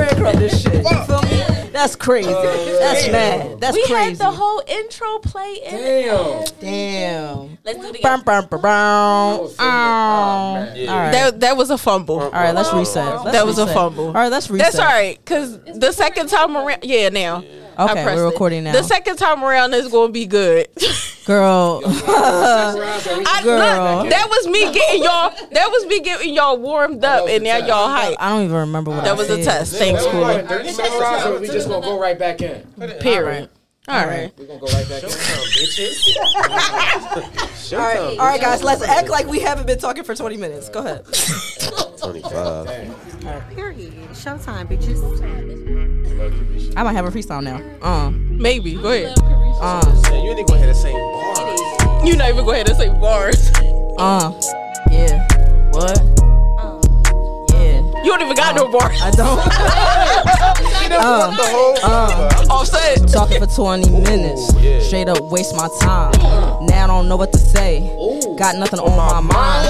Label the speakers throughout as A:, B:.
A: from this shit. You feel me? That's crazy. That's mad. That's
B: we
A: crazy.
B: had the whole intro play in.
C: Damn.
A: Damn. Oh,
B: Let's do it again.
A: Bum, bum, bum, bum.
C: was so bad.
A: Um, All right.
D: That that was a fumble.
A: all right, let's reset. Let's
D: That was a
A: reset.
D: fumble.
A: All right, let's reset.
D: That's all right, cause the second time around, yeah, now. I
A: Okay,
D: pressed
A: we're
D: it.
A: recording now.
D: The second time around is gonna be good.
A: Girl,
D: I,
A: Girl.
D: look, that was me getting y'all. That was me getting y'all warmed up, and now y'all hype.
A: I don't even remember what I
D: That was a
A: said.
D: test. Thanks,
C: That's cool.
D: cool.
C: Like 30 seconds out, we just gonna go right back in.
D: Period. All right.
C: We're gonna go right back in.
A: All right, all right, guys, let's act like we haven't been talking for 20 minutes. Go ahead.
E: 25.
F: Period. Showtime, bitches.
A: I might have a freestyle now. Um,
D: Maybe. Go ahead.
A: um,
E: Man, you ain't gonna hear the same bar.
D: You not even go ahead and say bars.
A: um, yeah. What?
D: Uh.
A: Yeah.
D: You don't even got no bars.
A: I don't. um,
D: Offset.
A: talking for 20 minutes.
E: yeah.
A: Straight up waste my time. Now I don't know what to say. Got nothing on my mind.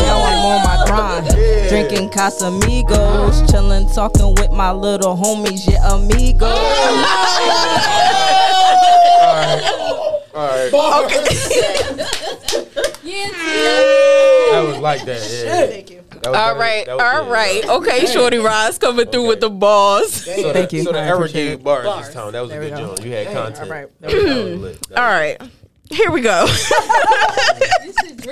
A: Now I'm on my grind. Drinking Casamigos. Chilling, talking with my little homies. Yeah, amigos.
E: All right. I was like that. Yeah. Thank you.
D: All right. All right. Okay, Shorty Ross coming through with the balls.
E: So
A: Thank
E: the,
A: you.
E: So the
A: I
E: error
A: appreciate
E: gave
A: it.
E: bars, this time. That was a good joke. You had content. All right. That was lit. That
D: All right. Here we go.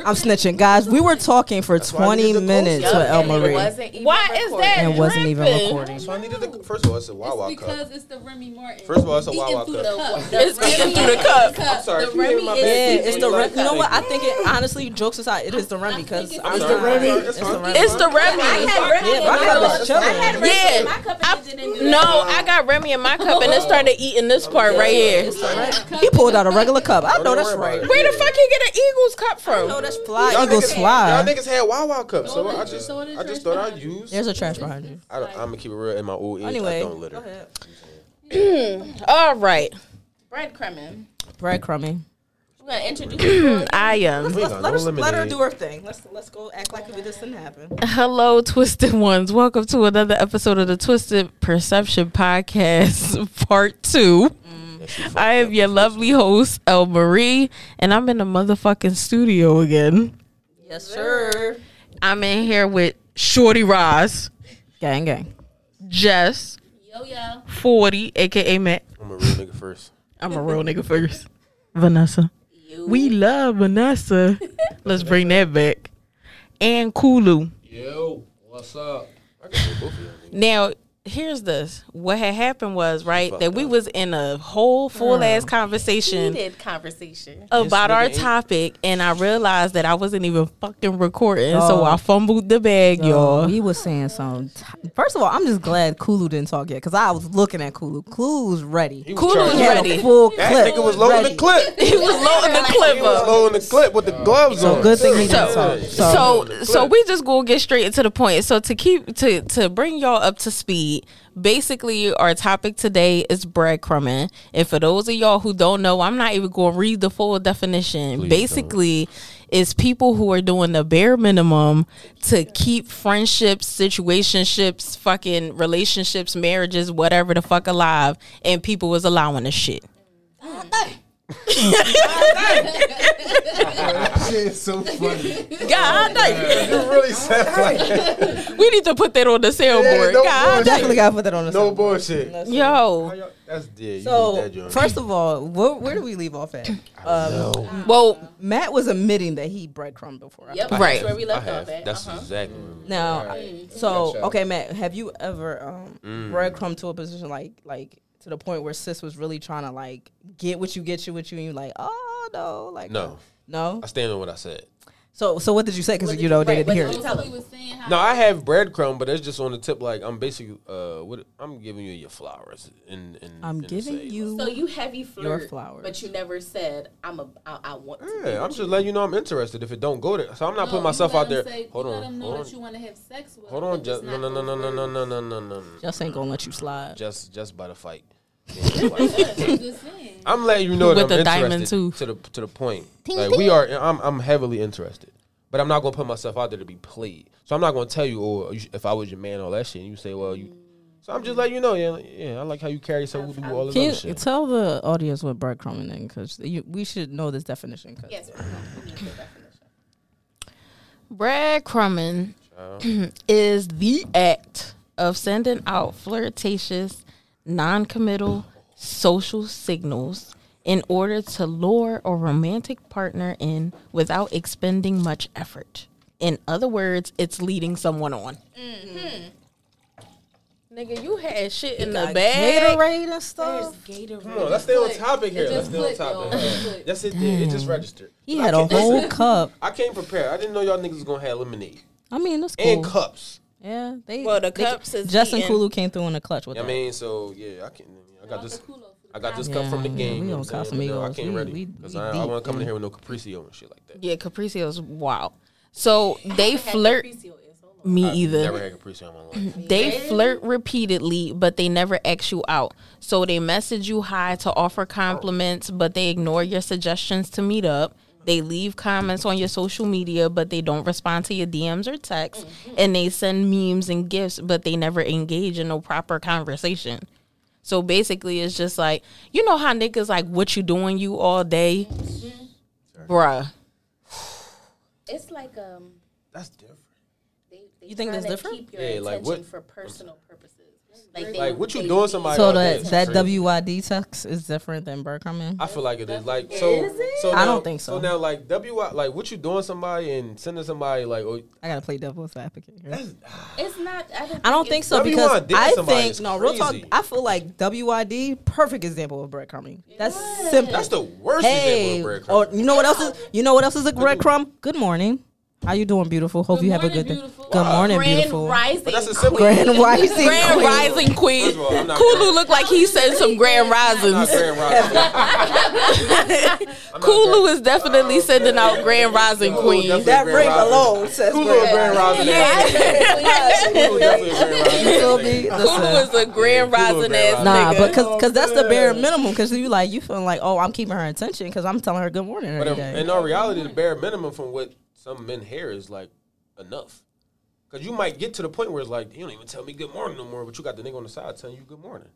A: I'm snitching, guys. We were talking for 20 minutes with El
B: And it
A: Marie
B: wasn't even recorded.
A: and wasn't even
D: dripping?
A: recording.
E: was- So I needed the, first of all, it's a Wawa cup.
G: Because it's the Remy Martin.
E: First of all, it's a
G: Eating
E: Wawa
G: through
E: cup.
G: the cup.
D: It's getting through the cup.
E: I'm sorry.
G: The
E: if you hear
G: Remy
E: my
G: is-
A: Yeah,
E: bad,
A: it's
E: you
A: the
E: like
A: Remy. You know
E: that.
A: what? I think it honestly. Jokes aside, it is the Remy because I'm
C: It's the Remy.
E: It's
C: It's
E: the Remy.
D: It's the Remy.
A: Yeah, my cup is chilling.
D: Yeah.
G: My cup and it didn't do
D: No, I got Remy in my cup and it started eating this part right here.
A: He pulled out a regular cup. I know
E: Don't
A: that's
E: worry
A: right.
E: about it.
D: Where the fuck you get an Eagles cup
A: No,
D: from?
A: that's fly.
E: Y'all
A: Eagles
E: niggas, y'all
A: fly.
E: niggas had Wawa cups, so I
G: Don't
E: just,
G: throw it in
E: I just
G: trash
E: thought I'd
G: can.
E: use.
A: There's a trash behind you.
E: I don't, I'm gonna keep it real in my old age.
A: Anyway,
E: I don't litter.
D: All right.
B: Breadcrumbing.
A: Breadcrumbing.
B: We're gonna introduce.
D: I um, am.
E: Let,
A: Let her, let her do her thing. Let's let's go act like it just didn't happen.
D: Hello, Twisted Ones. Welcome to another episode of the Twisted Perception Podcast, Part 2.
A: Mm.
D: I am your lovely host, El Marie, and I'm in the motherfucking studio again.
A: Yes, sir.
D: I'm in here with Shorty Roz,
A: Gang, gang.
D: Jess,
G: Yo yo.
D: 40, aka Matt.
E: I'm a real nigga first.
D: I'm a real nigga first. Vanessa. We love Vanessa. Let's bring that back. And Kulu.
C: Yo, what's up?
D: Now, here's this. What had happened was, right, that we was in a whole full ass conversation
B: Heated conversation.
D: about our topic and I realized that I wasn't even fucking recording. So I fumbled the bag, y'all.
A: We was saying some. T- First of all, I'm just glad Kulu didn't talk yet because I was looking at Kulu. Kulu's ready.
D: Kulu was
A: He had a
D: ready.
A: full
E: That
A: clip.
E: nigga was low in
A: Ready.
E: the clip.
D: He was loading the clip up.
E: Low in the clip with the gloves on.
A: Good thing he didn't
D: So,
A: talk.
D: so, so we just gonna get straight into the point. So to keep to to bring y'all up to speed, basically our topic today is breadcrumbing. And for those of y'all who don't know, I'm not even gonna read the full definition. basically, it's people who are doing the bare minimum to keep friendships, situationships, fucking relationships, marriages, whatever the fuck alive, and people was allowing the shit.
C: Shit is so funny.
D: God, like,
E: You really sound like
D: we need to put that on the
E: Yeah,
D: sailboard.
E: don't
D: God,
E: worry.
A: Definitely got to put that on the
E: no
A: side.
E: bullshit.
D: yo.
E: How y'all- That's dead. you need that
A: So
E: joint.
A: first of all, where, where do we leave off at? Um,
D: Well,
A: Matt was admitting that he breadcrumbed before.
B: Yep.
D: Right.
B: That's where we
E: I
B: left
E: have.
B: off at.
E: That's
B: Uh-huh.
E: exactly. what it
A: Now, so
C: Gotcha.
A: okay, Matt, have you ever um,
E: Mm.
A: breadcrumbed to a position like like to the point where sis was really trying to like get what you get you what you and you like oh no like
E: No.
A: no
E: I stand on what I said.
A: so so what did you say because you know they didn't hear it
G: We was saying how
E: No, I have breadcrumb, but that's just on the tip. Like I'm basically, uh, what I'm giving you your flowers. And, and
A: I'm giving you
B: So you heavy flirt,
A: flowers.
B: but you never said I'm a. I, I want. To be
E: Yeah, I'm
B: with
E: just letting you know I'm interested. If it don't go there, so I'm not
G: No,
E: putting
G: you
E: myself
G: let
E: out
G: them
E: there.
G: say-
E: hold
G: you
E: on,
G: Let them know
E: hold
G: that
E: on,
G: you want to have sex with.
E: hold
G: them,
E: on.
G: but
E: Just
G: it's
E: no, no,
G: not
E: no, no,
G: those
E: no, no,
G: words.
E: no, no, no, no, no.
A: just ain't gonna let you slide
E: Just, just by the fight.
G: I'm just saying.
E: I'm letting you know
D: With
E: that I'm
D: the diamond
E: interested
D: tooth.
E: to the to the point. like we are, I'm I'm heavily interested, but I'm not gonna put myself out there to be played. So I'm not gonna tell you, oh, you sh- if I was your man, all that shit, and you say, well, you. So I'm just letting you know, yeah, like, yeah. I like how you carry yourself. We do all this
D: Can
E: other
D: you
E: shit.
D: tell the audience what breadcrumbing is? Because we should know this definition. 'cause-
B: Yes, we need the definition.
D: Breadcrumbing is the act of sending out flirtatious, non-committal social signals in order to lure a romantic partner in without expending much effort. In other words, it's leading someone on.
B: Mm-hmm.
D: Nigga, you had shit in the bag.
A: Gatorade and stuff.
E: Come on, let's stay on topic here. Let's
G: just
E: stay on
G: clicked,
E: topic.
G: y'all. It
E: Yeah.
G: clicked.
E: Yes, it did. It just registered.
A: He had a whole cup.
E: I came prepared. I didn't know y'all niggas was gonna have lemonade
D: I mean, that's cool.
E: and cups.
D: Yeah, they.
H: Well, the
D: they-
H: cups is
D: Justin
H: eating.
D: Kulu came through in the clutch with
E: I
D: that.
E: mean, so yeah, I can. I got this. I got this
D: Yeah,
E: cup from the
D: yeah,
E: game.
D: we
E: you know
D: on
E: what I'm saying? But no, I
D: Casamigos.
E: came
D: We- we-
E: ready because
D: we
E: I, I
D: deep,
E: want to come in
D: yeah.
E: here with no Capriccio and shit like that.
D: Yeah, Capricio's wow. So they flirt. Me either.
E: Never had Capriccio in my life.
D: They flirt repeatedly, but they never X you out. So they message you hi to offer compliments, but they ignore your suggestions to meet up. They leave comments on your social media, but they don't respond to your DMs or texts. And they send memes and gifts, but they never engage in no proper conversation. So basically, it's just like, you know how niggas like, what you doing you all day? Bruh.
B: It's like um,
E: That's different.
B: they, they
D: You think that's
B: kinda
D: different?
B: Keep your
E: Yeah, like,
B: attention
E: what-
B: for personal purposes. Like, they,
E: Like, what you
B: they-
E: doing somebody
D: So
E: all
D: that,
E: day?
D: that
E: Crazy.
D: WYD text is different than Bergman?
E: I feel like it is like so. so now,
D: I don't think so.
E: So now, like wi, like what you doing somebody and sending somebody like oh,
D: I gotta play devil's advocate here.
B: It's not. I don't.
A: I don't
B: it's-
A: think so
E: Whatever you
A: because
E: wanna do to
A: I
E: somebody
A: think
E: is
A: no real talk.
E: crazy.
A: I feel like WYD perfect example of breadcrumbing. That's simple.
E: that's the worst
A: hey,
E: example of
A: or
E: breadcrumbing.
A: you know what else is you know what else is a breadcrumb? Good morning. How you doing, beautiful? Hope you have a
G: morning,
A: good day.
G: beautiful.
A: Good morning,
B: Grand
A: beautiful.
B: Rising.
E: But that's a simple.
A: Grand rising.
D: Grand
A: queen.
D: Rising Queen.
E: First of all, I'm not
D: Kulu
E: grand.
D: looked like he said some Grand
E: Not
D: Risings.
E: Grand Rising. I'm not
D: Kulu
E: Grand-
D: is definitely sending out Grand Rising
E: Kulu
D: Queen.
E: definitely
A: That
E: Grand
A: ring
E: Rising.
A: alone says
E: Kulu a Grand Rising. Kulu definitely a Grand Rising.
A: You feel me?
D: Kulu
A: Listen.
D: is a Grand
E: Yeah, Kulu a
D: Rising
E: Grand
D: ass
E: Rising.
A: Nah,
D: nigga.
A: but cause, cause that's the bare minimum. Cause you like you feeling like, oh, I'm keeping her attention because I'm telling her good morning
E: But
A: every
E: in,
A: day.
E: in all reality, the bare minimum from what some men hear is like enough. Cause you might get to the point where it's like you don't even tell me good morning no more, but you got the nigga on the side telling you good morning.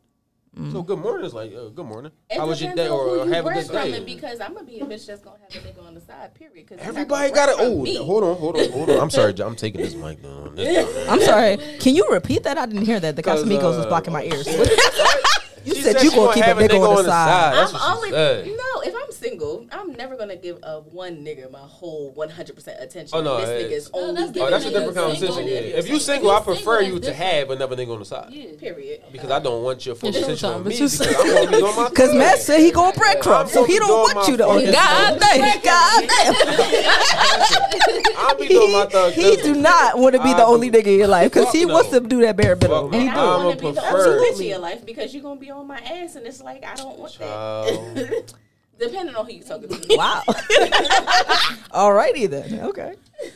A: Mm.
E: So good morning is like uh, good morning.
B: It
E: How was your
B: depends
E: day?
B: on
E: Or,
B: who
E: or
B: you
E: have a
B: work
E: good
B: from
E: day.
B: it Because I'm gonna be a bitch that's gonna have a nigga on the side. Period. 'cause you're not
E: Everybody got
B: gonna work from
E: it. Oh,
B: me.
E: hold on, hold on, hold on. I'm sorry, John, I'm taking this mic down. This-
A: I'm sorry. Can you repeat that? I didn't hear that. The
E: 'Cause,
A: Casamigos was
E: uh,
A: blocking my ears.
E: She
A: said you
E: she
A: gonna
E: wanna
A: keep
E: have
A: a nigga on the side.
E: That's
B: I'm
E: what
B: always
E: she said.
B: no. If I'm single, I'm never gonna give up one nigga my whole 100 percent attention.
E: Oh, no,
B: this
E: it-
B: nigga is
G: No,
B: only.
G: that's
E: Oh,
B: giving
E: that's a
B: me
E: different
B: single
E: conversation. Yeah.
B: nigga.
E: If you single, I
G: single,
E: prefer
G: that's
E: you to
G: different.
E: have another nigga on the side
B: Period.
E: because I don't want your full
D: Shut
E: attention
D: up,
E: on
D: but
E: me
D: you
E: because I'm gonna be doing my
A: Cause
E: thing.
A: Matt said he going breadcrumb, so he
E: I'm
A: don't
E: doing
A: want you to.
E: my fucking
A: God damn, God damn.
E: I'll be doing my thug.
A: He, he do not want to be the
E: I
A: only
E: do.
A: nigga in your life, cause he
E: Fuck
A: wants
E: no.
A: to do that bare minimum.
E: Fuck
A: He
E: no.
B: I don't
E: I'm
B: want to
E: a
B: be the
E: preferred-
B: only bitch in your life because you're gonna be on my ass, and it's like I don't want that.
E: Child.
B: Depending on who you talking to.
A: Wow. Alrighty then. Okay.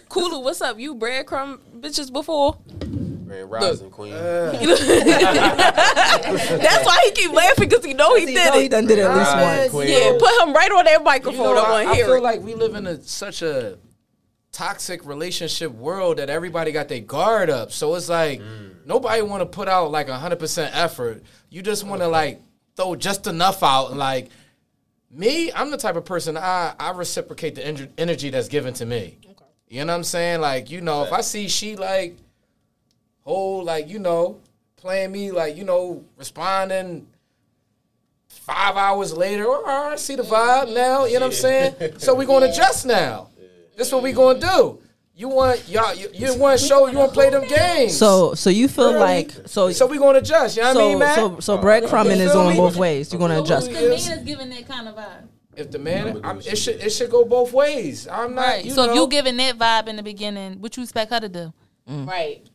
D: Kulu, what's up? You breadcrumb bitches before?
E: Grand Rising Queen.
D: That's why he keep laughing because he know he
A: He,
D: did
A: know he
D: it.
A: done did it at least
C: Right.
A: once.
E: Queen.
D: Yeah, put him right on that microphone.
C: You know,
D: I
C: I,
D: want
C: I
D: to hear
C: feel
D: it.
C: like we live in a, such a toxic relationship world that everybody got their guard up. So it's like nobody want to put out like hundred percent effort. You just want to like throw just enough out. And like me, I'm the type of person I I reciprocate the ener- energy that's given to me. You know what I'm saying? Like you know, if I see she like whole like you know playing me like you know responding five hours later "Oh, all right see the vibe now you know what i'm saying so we going to adjust now this what we going to do you want y'all you, you want to show you want to play them games
A: So, so you feel
C: Girl,
A: like so
C: so
A: so
C: we going to adjust you know what i mean
A: so
C: man
A: so,
D: uh,
A: breadcrumbing is on both ways. You're gonna adjust.
G: The man is giving that kind of vibe.
C: if the man I'm, it should it should go both ways i'm not
G: Right.
C: you
G: so if
C: know,
G: you giving that vibe in the beginning, what you expect her to do?
B: Right. What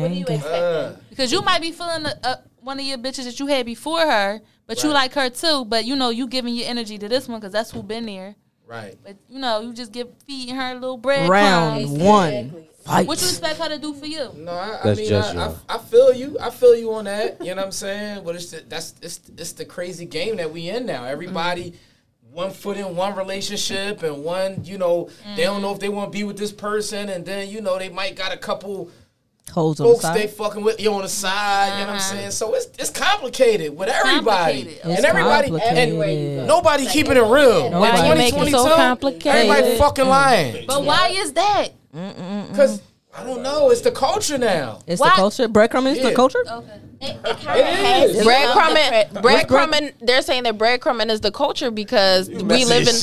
B: do
A: Gang,
B: you
A: gang.
B: expect?
G: Because you might be feeling a, a, one of your bitches that you had before her, but you like her too. But you know you giving your energy to this one because that's who been there.
C: right
G: But you know you just give feeding her a little bread.
A: Round
G: crumbs.
A: one. Fight.
G: What you expect her to do for you?
C: No, I, I
E: That's
C: mean,
E: just
C: I,
E: y'all.
C: I, I feel you. I feel you on that. You know what I'm saying? But it's the, that's it's it's the crazy game that we in now. Everybody one foot in one relationship and one, you know, they don't know if they want to be with this person, and then you know they might got a couple
A: Hoes on the
C: folks
A: side.
C: they fucking with you on the side. You know what I'm saying? So it's it's complicated with everybody,
G: Complicated.
A: It's
C: and everybody
A: complicated.
C: and nobody keeping it real.
A: Why
C: In
A: you
D: make it so
C: 2022,
D: complicated?
C: Everybody fucking lying
G: But why is that?
C: because I don't know. It's the culture now.
A: It's
G: Why-
A: the culture. Breadcrumbing is
C: Yeah.
A: the culture.
G: Okay.
C: It is.
D: Breadcrumbing, breadcrumbing.
A: breadcrumbing-
D: They're saying that breadcrumbing is the culture because we live in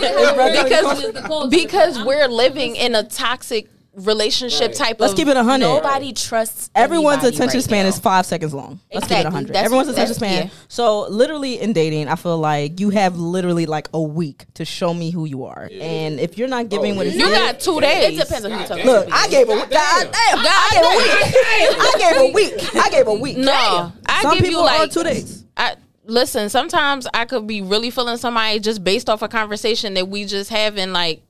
G: because
D: because because we're living in a toxic relationship type.
A: Let's
D: of,
A: keep it 100.
D: Nobody trusts
A: Everyone's
D: anybody
A: attention
D: right
A: span
D: now.
A: is five seconds long. Let's keep
D: Exactly.
A: it 100.
D: That's-
A: Everyone's
D: that's-
A: attention span.
D: yeah.
A: So, literally in dating, I feel like you have literally like a week to show me who you are. And if you're not giving what it is,
D: You got two days. It depends on who you're
E: talking
A: look, I gave a week. God damn. I gave a week. I gave a week. I gave a week.
D: No, I
A: Some
D: give
A: people
D: you
A: are
D: like
A: two days.
D: I listen. Sometimes I could be really feeling somebody just based off a conversation that we just having, like,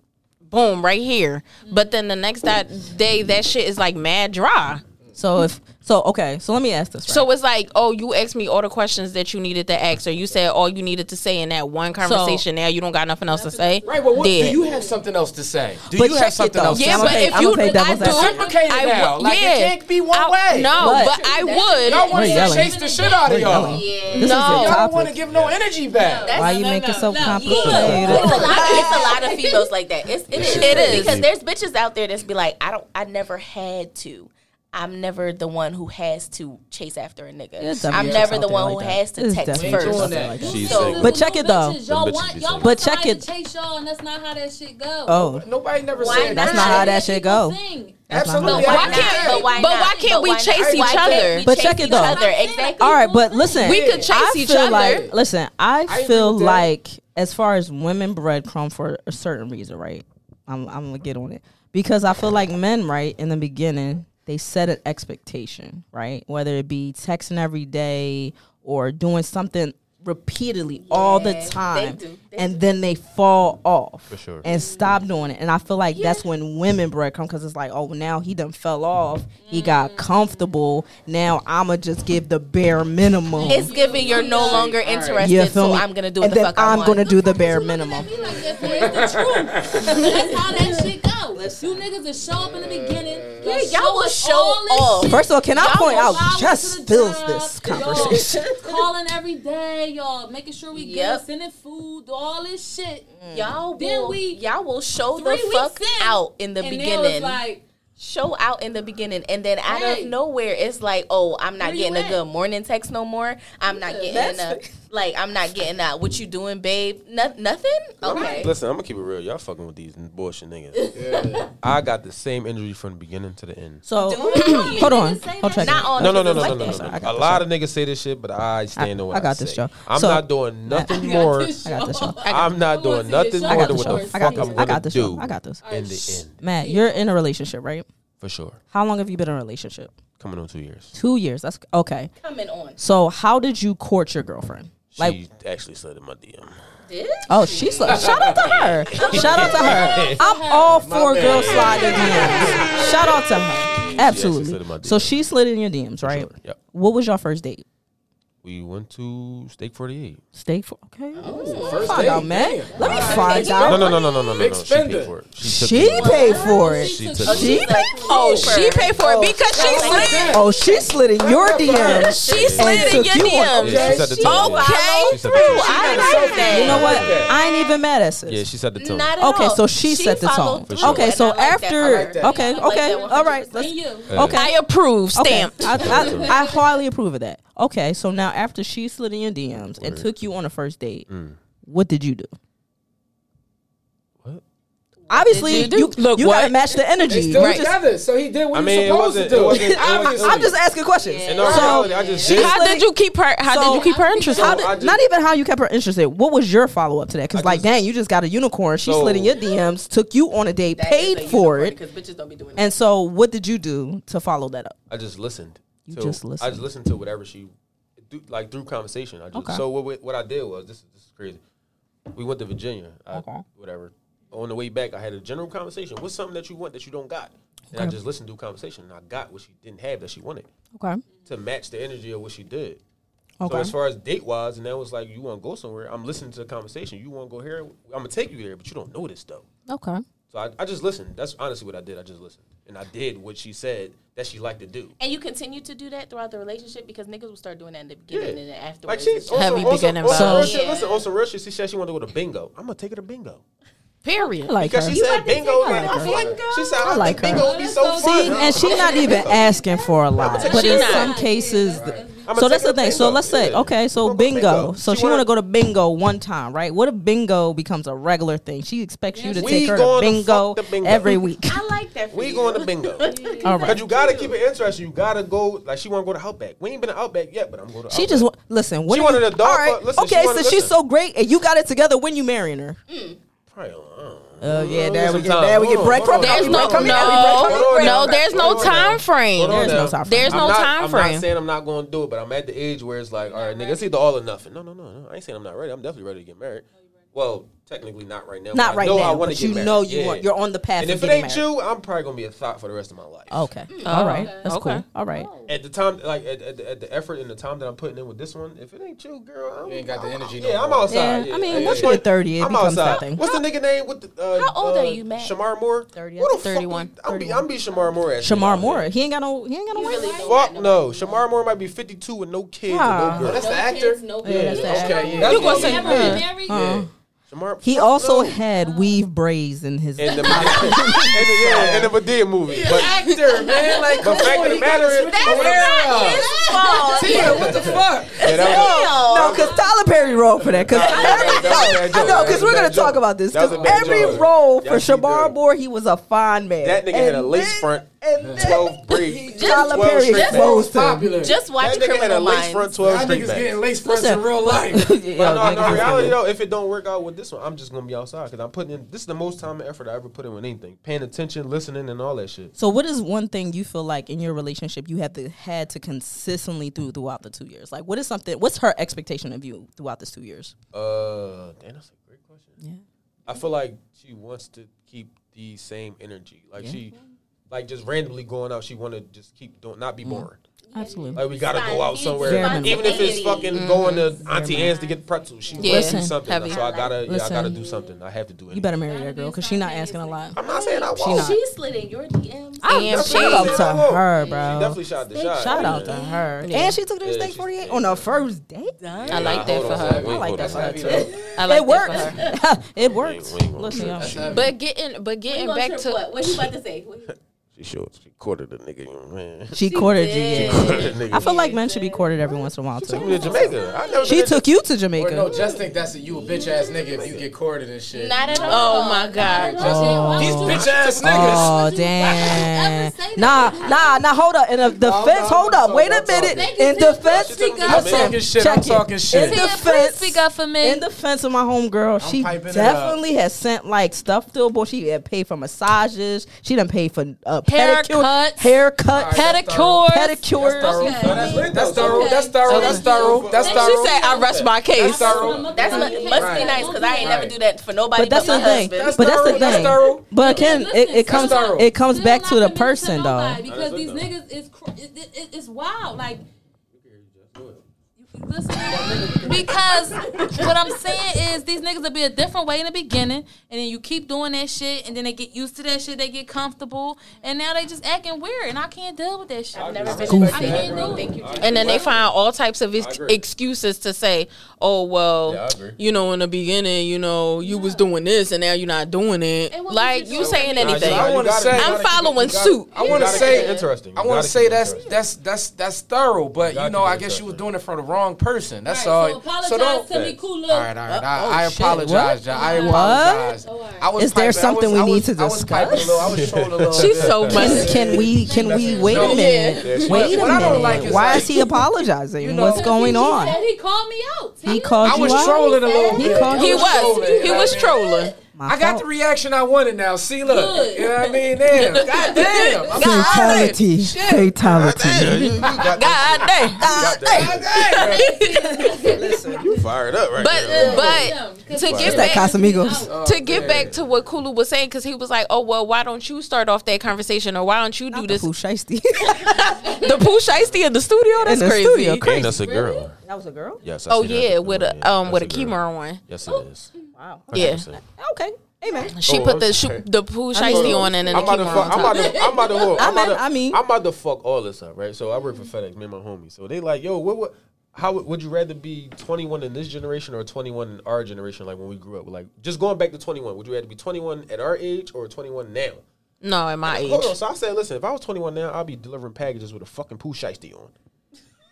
D: boom, right here. But then the next that day, that shit is like mad dry.
A: So if so, okay. So let me ask this. Right?
D: So it's like, oh, you asked me all the questions that you needed to ask, or you said all you needed to say in that one conversation. now you don't got nothing else to say.
C: Right, but what, do
D: Dead.
C: you have something else to say? Do
A: But
C: you have
A: check it,
C: something
A: though.
C: else?
D: Yeah,
C: to
A: I'ma
D: but
C: say?
A: pay-
D: if
A: I'ma
D: you,
A: pay
D: I
A: devil's
D: do,
A: advocate.
C: Reciprocate it
D: I,
C: now.
D: would-
C: Like, it
D: yeah.
C: can't be one
D: I-
C: way.
D: No,
A: But-
D: but I would.
C: Y'all want
A: We're
C: to
A: yelling.
C: chase the shit out of y'all.
A: this is
D: No.
A: a
C: Y'all don't want to
A: topic.
C: give no energy back.
A: Why you make it so
H: It's a,
A: complicated?
H: lot of, it's a lot of females like that. It's, it is.
D: It is.
H: Because there's bitches out there that's be like, I don't, I never had to. I'm never the one who has to chase after a nigga.
A: There's
H: I'm
A: definitely
H: never
A: chicks out
H: the one
A: there
H: who
A: like that.
H: has to
A: There's
H: text
A: definitely
H: first.
A: chicks out
C: doing
A: there
C: that.
A: like that.
I: She's
H: So-
I: single.
A: But check it, though.
G: Bitches, y'all
I: Them bitches
G: want,
I: be
G: y'all
I: saying-
G: want
A: But
G: somebody
A: check it-
G: to chase y'all, and that's not how that shit go.
A: Oh,
C: Nobody never
H: Why
C: said
A: that's
H: not?
A: not how that shit go.
G: Sing.
C: Absolutely.
H: But
C: I
H: why
C: agree.
H: can't- but why
D: but why
H: not?
D: can't
H: But
D: we
H: why
D: chase
H: not?
D: each
H: Why can't
D: other?
H: we
A: But
H: chase
A: check it,
H: each
A: though.
H: other? Exactly.
A: All right, but listen,
D: We could chase
A: I
D: each
A: feel
D: other.
A: Like, listen, I,
C: agree
A: feel
C: with that.
A: like as far as women breadcrumb for a certain reason, right? I'm I'm gonna get on it because I feel like men, right, in the beginning, they set an expectation, right? Whether it be texting every day or doing something repeatedly all the time,
H: do. They
A: and then they fall off for
I: sure.
A: and stop doing it. And I feel like that's when women breadcrumb because it's like, oh, now he done fell off, he
H: Mm.
A: got comfortable. Now I'ma just give the bare minimum.
H: It's giving you're no longer interested,
A: Yeah, feel
H: so
A: me?
H: I'm gonna do what
A: and
H: the
A: then
H: fuck I
A: I'm
H: want.
A: gonna do the bare minimum.
G: Be like that, where's the truth? That's how that shit go. You niggas are show up in the beginning. Yeah,
H: y'all will show off.
A: First of all, can I
H: Y'all
A: point
H: gonna
A: out just fills this conversation?
G: calling every day, y'all making sure we
H: Yep.
G: get sending food, all this shit.
H: Y'all
G: Then
H: will,
G: we-
H: y'all will show the
G: Three weeks
H: fuck
G: in,
H: out in the
G: and now
H: beginning.
G: it's like
H: show out in the beginning, and then out
G: Hey.
H: of nowhere, it's like, oh, I'm not
G: Where you
H: getting a
G: at?
H: good morning text no more. I'm not getting a like, I'm not getting that. What you doing, babe? No, nothing. Okay.
E: Listen, I'm gonna keep it real. Y'all fucking with these bullshit niggas. I got the same injury from the beginning to the end.
A: So hold on, I'll check. it.
H: Not all.
E: No, no,
H: niggas
E: no,
H: is
E: no, no,
H: like
E: no,
H: that.
E: no.
A: sorry, I
E: no.
A: got
E: A
A: this,
E: lot of niggas say this shit, but I stand on what
A: I
E: I
A: got this,
E: say.
A: Joe.
E: I'm
A: So-
E: not doing nothing more.
A: I got this, y'all.
E: I'm not
G: Who
E: doing
G: wants to
E: nothing
G: get
A: I
E: more
A: got
E: than
A: this,
E: what
A: y'all.
E: the
A: I got
E: fuck
A: this.
E: I'm
A: I got
E: gonna
A: this. y'all.
E: do.
A: I got this.
E: In the end,
A: Matt, you're in a relationship, right?
E: for sure.
A: How long have you been in a relationship?
E: Coming on two years.
A: Two years. That's okay.
H: Coming on.
A: So how did you court your girlfriend? Like,
E: She actually slid in my DM.
A: oh, she's like, shout out to her. Shout out to her. I'm all for girl sliding DMs. Shout out to her.
E: slid in my
A: Absolutely. So
E: DMs.
A: she slid in your DMs, right?
E: sure. Yep.
A: What was your first date?
E: We went to Steak 48.
A: Steak for okay.
H: Oh,
A: Let me
C: first
A: find
C: date,
A: out, man.
C: damn.
A: Let me find
E: No,
A: out.
E: no, no, no, no, no, no.
C: Big
E: She paid
C: spender.
E: for it. took
A: She
E: it.
A: paid for it.
E: She
A: She,
E: took it.
A: paid for
B: Oh,
A: it.
D: She paid for
H: Oh,
D: it because she slid.
A: Oh, she slid in your DMs.
D: She slid in
A: took
D: your
A: you on-
D: DMs.
E: Yeah, she said the time.
D: Okay.
E: She said the time.
A: You know what? I ain't even mad at sis.
E: Yeah, she set the tone.
H: Not at
A: okay,
H: all.
A: so she, set the
H: followed
A: tone.
H: through,
E: sure.
A: Okay,
H: and
A: so
H: I like that
A: after
H: for her.
A: okay,
H: I like
A: okay,
H: that
A: all right, let's
G: and you.
A: okay.
D: I approve. Stamped.
A: Okay. I, I, I highly approve of that. Okay, so now after she slid in your DMs and took you on a first date,
E: Mm.
A: what did you do?
E: What?
A: Obviously,
D: you do?
A: you,
D: Look,
A: you gotta
D: what?
A: match the
C: They
A: energy.
C: still
A: You just-
C: together, so he did what
E: I
C: he
E: mean, it
C: was
E: wasn't-
C: supposed to
E: it
C: do.
E: wasn't- it
C: Obviously.
E: wasn't-
A: I'm just asking questions.
E: In all
A: So-
E: reality, I just
A: She-
E: did.
D: How did you keep her? How
A: So-
D: did you keep her interested?
A: How
E: So I
A: did,
E: just-
A: not even how you kept her interested. What was your follow up to that? Because
E: I
A: like,
E: just-
A: dang, you just got a unicorn. She
E: So-
A: slid in your DMs, took you on a date,
B: That is
A: paid
B: a
A: for
B: unicorn
A: it,
B: because bitches don't be doing that.
A: and so what did you do to follow that up?
E: I just listened.
A: You
E: to-
A: just listened.
E: I just listened to whatever she, do, like through conversation. I just
A: Okay.
E: so what we- what I did was this is this is crazy. We went to Virginia. I,
A: Okay.
E: Whatever. On the way back, I had a general conversation. What's something that you want that you don't got? And I
A: Okay.
E: just listened to conversation, and I got what she didn't have that she wanted
A: Okay.
E: to match the energy of what she did.
A: Okay.
E: So as far as date wise, and that was like, you want to go somewhere? I'm listening to the conversation. You want to go here? I'm gonna take you there, but you don't know this though.
A: Okay.
E: So I, I just listened. That's honestly what I did. I just listened, and I did what she said that she liked to do.
B: And you continue to do that throughout the relationship because niggas will start doing that in the beginning and then
E: Like
B: afterwards. Oh,
E: she
B: it's
E: also,
D: Heavy
E: also,
D: beginning
E: also,
D: vibes.
E: real shit, Listen, also real shit. She said she wanted to go to bingo. I'm gonna take her to bingo
D: Period. Like
E: because
D: her.
E: she said bingo.
B: take her
E: like,
B: to
E: I feel like-
B: bingo?
E: She said I,
D: I
E: like
D: like her.
E: bingo. Would be so
G: Let's go
E: fun.
G: bingo.
E: I'm
A: and she's not even asking for a lot. But
D: She
A: in
D: not.
A: some cases,
E: gonna
A: so
E: take
A: that's
E: her
A: the
E: to
A: thing. So
E: bingo.
A: let's say,
E: Yeah.
A: okay, so
E: We're gonna go
A: bingo.
E: bingo.
A: So she,
E: wanna-
A: want to go to bingo one time, right? What if bingo becomes a regular thing? She expects you to
E: We
A: take her to
E: gonna
A: bingo,
E: fuck the bingo.
A: every week.
B: I like that. For
E: We
B: you.
E: going to bingo.
A: All
E: Cause
A: right.
E: you gotta keep it interesting. You gotta go. Like she want to go to Outback. We ain't been to Outback yet, but I'm going to.
A: She
E: Outback.
A: just wa- listen. When
E: She
A: you-
E: wanted a dog
A: all right,
E: fuck- listen, she
A: okay, so
E: wanted-
A: she's
E: listen.
A: so great, and you got it together. When you marrying her?
E: Probably, I don't know.
A: Oh yeah, there we
E: some
A: get
E: time.
A: there we get
E: Hold on,
A: breadcrumbs.
E: hold on.
D: there's no
E: Come here, come here, come
D: no
E: here.
D: no. There's no
E: Hold on now.
D: time
E: Hold
D: frame.
E: on
A: There's no
E: now.
A: time frame.
D: There's
E: I'm
D: no
E: not-
D: time
E: I'm
D: frame.
E: not saying I'm not going to do it, but I'm at the age where it's like, all right, nigga, it's either all or nothing. No, no, no, no. I ain't saying I'm not ready. I'm definitely ready to get married. Well, technically not right now. but
A: Not
E: I
A: right
E: know I
A: now,
E: wanna
A: but
E: get
A: you
E: married.
A: know you
E: Yeah.
A: want. You're on the path.
E: And
A: of
E: if it
A: getting
E: ain't
A: married.
E: you, I'm probably gonna be a thought for the rest of my life.
A: okay,
B: Mm.
A: all right,
B: Oh,
A: that's
D: Okay.
A: cool. All right,
E: At the time, like at, at, the- at the effort and the time that I'm putting in with this one, if it ain't you, girl, I'm,
C: You ain't got the
E: I'm-
C: energy no
E: Yeah, I'm
C: more.
A: Yeah,
E: outside.
A: I mean,
E: yeah,
A: once
E: yeah.
A: you hit 30, it
E: I'm
A: becomes
E: outside.
A: something.
E: What's the nigga name? With the, uh,
H: How old are
E: uh,
H: you, Matt?
E: Shamar Moore.
A: 30,
E: Who the fuck-
D: 31.
E: I'm be I'm be Shamar Moore. at
A: Shamar
E: 30.
A: Moore. He ain't got no. He ain't got no.
B: You
A: wife.
B: really don't
E: Fuck
B: got
E: no. Shamar Moore might be 52 with no kids
A: Ah.
E: and no girl.
C: That's
B: No
C: the actor.
B: kids, no
A: Yeah,
B: babies.
A: that's the actor.
C: Okay, yeah.
E: That's
C: You
E: what
C: gonna
E: I'm
C: say
E: saying.
G: Ever been married?
C: Yeah.
E: Shamar,
A: He
E: fuck
A: also
E: no.
A: had weave braids in his.
E: in the, in the yeah in the Medea movie. But
C: actor, man. Like,
E: but fact of the matter is,
C: Tia, what the fuck?
E: Yeah, that was-
A: no, because Tyler Perry rolled for that. Because
E: that was a bad joke.
A: no,
E: That was
A: because
E: a
A: we're
E: bad
A: gonna
E: joke.
A: talk about this.
E: That was
A: Because
E: a bad
A: every
E: joke.
A: role for
E: Yes, he
A: Shamar
E: did.
A: Moore, he was a fine man.
E: That nigga had a
A: And
E: lace front,
A: and then-
E: twelve braids,
A: Tyler
E: twelve
A: Perry
E: straight
A: exposed
E: backs.
A: him.
C: Popular.
H: Just
E: That
H: watch
E: nigga had a
H: Criminal
E: lace front,
H: Minds.
E: twelve
C: Y'all
E: straight
C: niggas
E: back.
C: getting lace fronts in real life.
A: Yeah,
E: No,
A: niggas
E: no,
A: is
E: in reality
A: good.
E: though, if it don't work out with this one, I'm just gonna be outside because I'm putting in. This is the most time and effort I ever put in with anything, paying attention, listening, and all that shit.
A: So, what is one thing you feel like in your relationship you have to had to consistently do throughout the two years? Like, what is something? What's her expectation of you throughout this two years?
E: Uh, damn, that's a great question.
A: Yeah.
E: I feel like she wants to keep the same energy. Like she, like just randomly going out, she want to just keep doing, not be bored.
A: Absolutely.
E: Like we gotta go out somewhere,
A: Very minimal.
E: even if it's fucking going to Auntie Anne's to get pretzels. She
D: Yeah.
E: wants to do
D: Listen,
E: something.
D: heavy.
E: So I gotta, yeah, I gotta
A: Listen.
E: do something. I have to do it.
A: You better marry that girl because she's not asking a lot.
E: I'm not saying I
A: She
E: won't.
A: not.
B: She slid in your DMs.
D: And
E: That's what I'm
D: she
A: Shout out
E: saying, I
A: to
E: won't.
A: her,
E: She
A: bro.
E: definitely shot the shot.
A: Shout out
E: Yeah.
A: to her. And she took it to
E: Yeah,
A: State
E: she-
A: 48 on her first date.
D: I like that
E: Hold
D: for
E: on,
D: her.
E: wait,
A: I like
E: hold
A: that
E: on.
A: for her,
E: That's
A: too.
E: heavy.
D: I like
A: it
D: that for her.
A: worked. it worked.
E: we ain't gonna
A: Listen,
E: trip.
A: y'all.
D: But getting but getting back to
B: what? What you about to say? What you-
E: She showed, she quartered the nigga, you know, man.
A: she quartered you. yeah.
E: Quartered the nigga.
A: I feel like men should be quartered every once in a while
E: Took me to
A: too.
E: Jamaica. I never
A: She
E: been to-
A: took you to
C: Or no,
A: Jamaica.
C: just think that's a you a bitch ass nigga if you get courted and shit.
H: Not at all.
D: Oh my god.
C: These bitch ass
A: Oh
C: niggas.
A: damn!
G: say that?
A: Nah, nah, nah. Hold up. In a defense,
C: I'm
A: hold up.
C: talking,
A: Wait a
C: I'm
A: minute.
C: talking.
A: In defense,
E: Speak up.
C: I'm
A: listen,
C: talking shit. I'm
A: check it.
C: talking
A: In
C: shit.
G: Please
A: defense,
G: speak up for me.
A: in defense of my homegirl, she
C: piping it
A: definitely has sent like stuff to a boy. She had paid for massages. She done paid for uh, pedicure,
G: Haircuts.
A: haircuts,
G: Pedicures.
A: pedicures.
C: That's thorough. That's thorough. That's thorough. That's thorough. That's
D: She
C: thorough.
D: said I rest my
C: That's
D: case.
C: thorough.
H: That's mu- must be
C: Right.
H: nice because I ain't never
C: Right.
H: do that for nobody.
A: But that's
H: but
A: the
H: my
A: thing.
H: husband.
A: But that's the
C: thorough. That's
A: thing.
C: thorough.
A: But again, Uh, it, it
G: That's
A: comes
C: thorough.
A: it comes back to the
G: You're not gonna
A: person
G: listen
A: though.
G: nobody Because these niggas is cr- it, it, it- it's wild. Like you can listen. because what I'm saying is these niggas will be a different way in the beginning, and then you keep doing that shit, and then they get used to that shit. They get comfortable, and now they just acting weweird, and I can't deal with that shit.
B: I've never been
G: I can't do it.
B: Thank you.
D: And then they find all types of ex-
E: agree.
D: excuses to say, "Oh well,
E: Yeah, I agree.
D: you know, in the beginning, you know, you was doing this, and now you're not doing it.
G: And what
D: Like
G: was you
D: you
G: doing?
D: saying
E: Nah,
D: anything?
E: you
C: I
E: gotta-
C: wanna
E: you gotta-
C: say-
E: you
D: I'm
E: gotta
D: following
E: keep it- you
D: suit.
E: gotta-
C: I want to
E: gotta keep
C: say
E: it interesting. You
C: I want
E: gotta
C: to
E: keep
C: say
E: it
C: that's
E: interesting.
C: that's that's that's thorough, but
E: gotta
C: you know,
E: keep it
C: I guess you was
E: interesting.
C: doing it for the wrong person. That's
G: All right,
C: all.
G: so apologize
C: don't.
G: to me, Kula.
C: All right, all right. I, I
A: Oh, shit.
C: apologize.
A: What?
C: y'all. I
A: What?
C: apologize. I was
A: Is there
C: piping- I was-
A: something we
C: I was-
A: need to
C: I was piping a little- I was trolling a little.
D: She's
C: bit.
D: so much.
A: Can we can we wait a
C: No.
E: Yeah,
A: minute?
E: she-
A: Wait a
C: What I don't like
A: minute.
C: is
A: Why
C: like-
A: is he apologizing?
C: You know-
A: What's going
G: He said
A: on?
G: he called me out.
A: He called
C: I
A: you
C: was
A: out?
C: trolling a little
A: He
C: bit.
A: called
C: I
A: you
D: He
C: trolling,
D: was.
C: you
D: He
C: know what
D: was
C: I mean?
D: trolling.
A: My
C: I got the
A: fault.
C: reaction I wanted now. See, look,
G: Good.
C: you know what I mean? Damn, goddamn, I'm
A: Fatality. Fatality.
D: God damn.
E: You fired up right
D: But but to get
A: That
D: back
A: Casamigos.
E: oh,
D: to get back to what Kulu was saying, because he was like, "Oh well, why don't you start off that conversation, or why don't you do
A: The
D: this?"
A: Pooh Shiesty.
D: The poo shiesty in the studio. That's
A: the
D: crazy.
A: studio,
E: Hey, that's a girl.
A: That was a girl?
E: Yes. I
D: Oh
E: seen her at
D: yeah,
E: the
D: with
E: door,
D: a
E: yeah.
D: um with a
E: That's girl.
D: Kimura one.
E: Yes, it is.
A: Wow.
D: Yeah.
E: 100%.
A: Okay. Amen.
D: She
E: Oh,
D: put the
E: okay.
D: shoe, the poo shiesty on and then
E: I'm
D: it
E: about
D: came
E: to fuck. I'm about
D: on.
E: to. I'm about to. hold- I'm
A: I mean-
E: about to-
A: I mean-
E: I'm about to fuck all this up, right? So I work for FedEx, me and my homie. So they like, yo, what? What? How would- would you rather be 21 in this generation or 21 in our generation? Like when we grew up, like just going back to 21. Would you rather be 21 at our age or 21 now?
D: No, at my age.
E: Hold on. So I said, listen, if I was 21 now, I'd be delivering packages with a fucking poo shiesty on.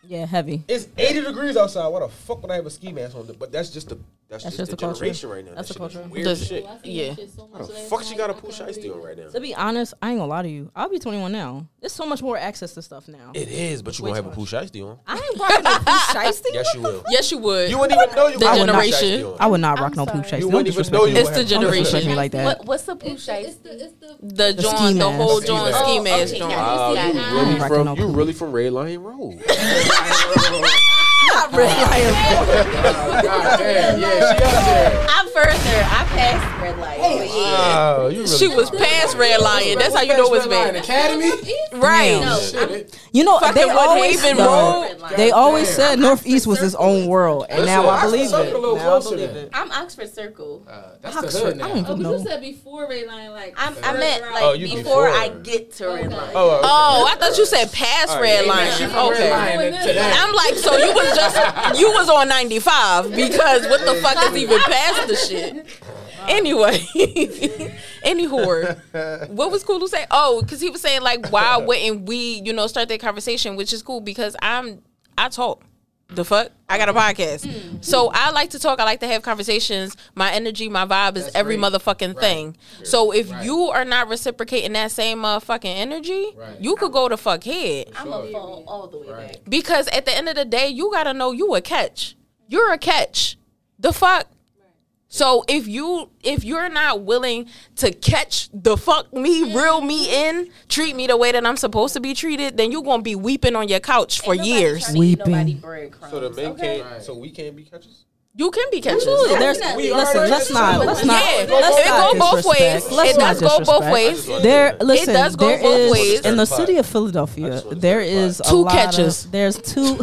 A: Yeah, heavy.
E: It's 80 degrees outside. Why the fuck would I have a ski mask on? But that's just the that's, just,
A: just
E: the,
A: the culture.
E: generation right now.
A: That's
E: That
A: the
E: shit is
A: culture.
E: Weird
D: Does-
E: shit.
D: Yeah.
E: How the fuck she got a poo shiesty on right now?
A: To be honest, I ain't gonna lie to you. I'll be 21 now. There's so much more access to stuff now.
E: It is, but you won't have a poo shiesty on.
A: I ain't rocking no pooch shiesty.
E: Yes, you will.
D: Yes, you would.
E: You wouldn't even know you
D: The
E: got a poo
D: generation.
E: shiesty on.
A: I would not rock no pooch
E: You
A: shiesty. Don't
E: wouldn't even
A: disrespect
E: know
A: me.
E: you
D: it's
E: would
D: the
E: have-
A: Don't disrespect
D: generation.
A: me like that.
H: What, what's the poo
G: It's
H: shiesty?
G: the, oh, it's the,
D: The John, the
A: mask.
D: whole
C: Ski
D: John
C: mask.
D: ski
H: Oh,
D: mask
H: okay,
D: John.
H: yeah.
E: Wow,
H: You see
A: I
E: you
H: that?
E: really
A: ain't rocking
E: from
A: no
E: you
A: poo.
E: really from Red Lion Road?
A: Not really. I am-
C: "Ah,
E: yeah, yeah, she out there.
H: I'm further. I passed red light.
E: Wow, Oh, you really
D: She was past Red Lion. That's how you know it's bad.
C: Academy.
D: Right.
A: No.
C: Shit, it-
A: You know,
D: Fucking
A: they always
D: Woodhaven
A: no,
D: Road.
A: they always
C: Goddamn.
A: said Northeast was its own world, and now I
C: Listen,
A: believe
C: Oxford
A: it.
C: Circle a little
A: Now I
C: closer
A: believe
C: than-
A: it.
B: I'm Oxford Circle.
C: Uh, that's the hood
A: Oxford. I don't
C: now.
G: oh,
A: even
G: but you
A: know.
G: said before Red Line, like
B: I'm, I
G: Red
B: meant
G: Line.
B: like
E: Oh, you
B: before,
E: before.
B: I get to red light.
E: Oh, okay.
D: Oh, I thought you said past Red
C: She
D: Lion.
C: from Red
D: Okay.
C: Lion
G: Okay.
C: today.
D: I'm like, so you was just you was on 95 because what the fuck is even past the shit? Anyway, any whore. What was cool to say? Oh, because he was saying like, why wouldn't we, you know, start that conversation? Which is cool because I'm I talk. The fuck? I got a podcast.
C: Mm-hmm.
D: So I like to talk. I like to have conversations. My energy, my vibe is
C: That's
D: every
C: great.
D: motherfucking
C: Right.
D: thing. So if
C: Right.
D: you are not reciprocating that same motherfucking energy,
C: Right.
D: you could go to fuck head.
B: I'm gonna fall all the way back.
D: Because at the end of the day, you gotta know you a catch. You're a catch. The fuck. So if you if you're not willing to catch the fuck me, reel me in, treat me the way that I'm supposed to be treated, then you're gonna be weeping on your couch for
B: Nobody
D: years.
B: tryna eat
A: Weeping.
B: nobody breadcrumbs,
E: So the men
B: okay?
E: can't. So we can't be catches.
D: You can be catches.
A: There's,
B: We
A: listen,
C: already
A: let's not, let's
D: Yeah,
A: not,
D: it
A: let's not
D: go both
A: disrespect.
D: ways.
A: Let's
D: It
A: not
D: does go both
A: disrespect.
D: ways.
A: There, listen.
D: does go
A: there
D: both
A: is-
D: ways.
A: in the
E: Certified.
A: city of Philadelphia.
E: want it
A: There
E: certified.
A: is a
D: Two
A: lot of-
D: catches.
A: there's two,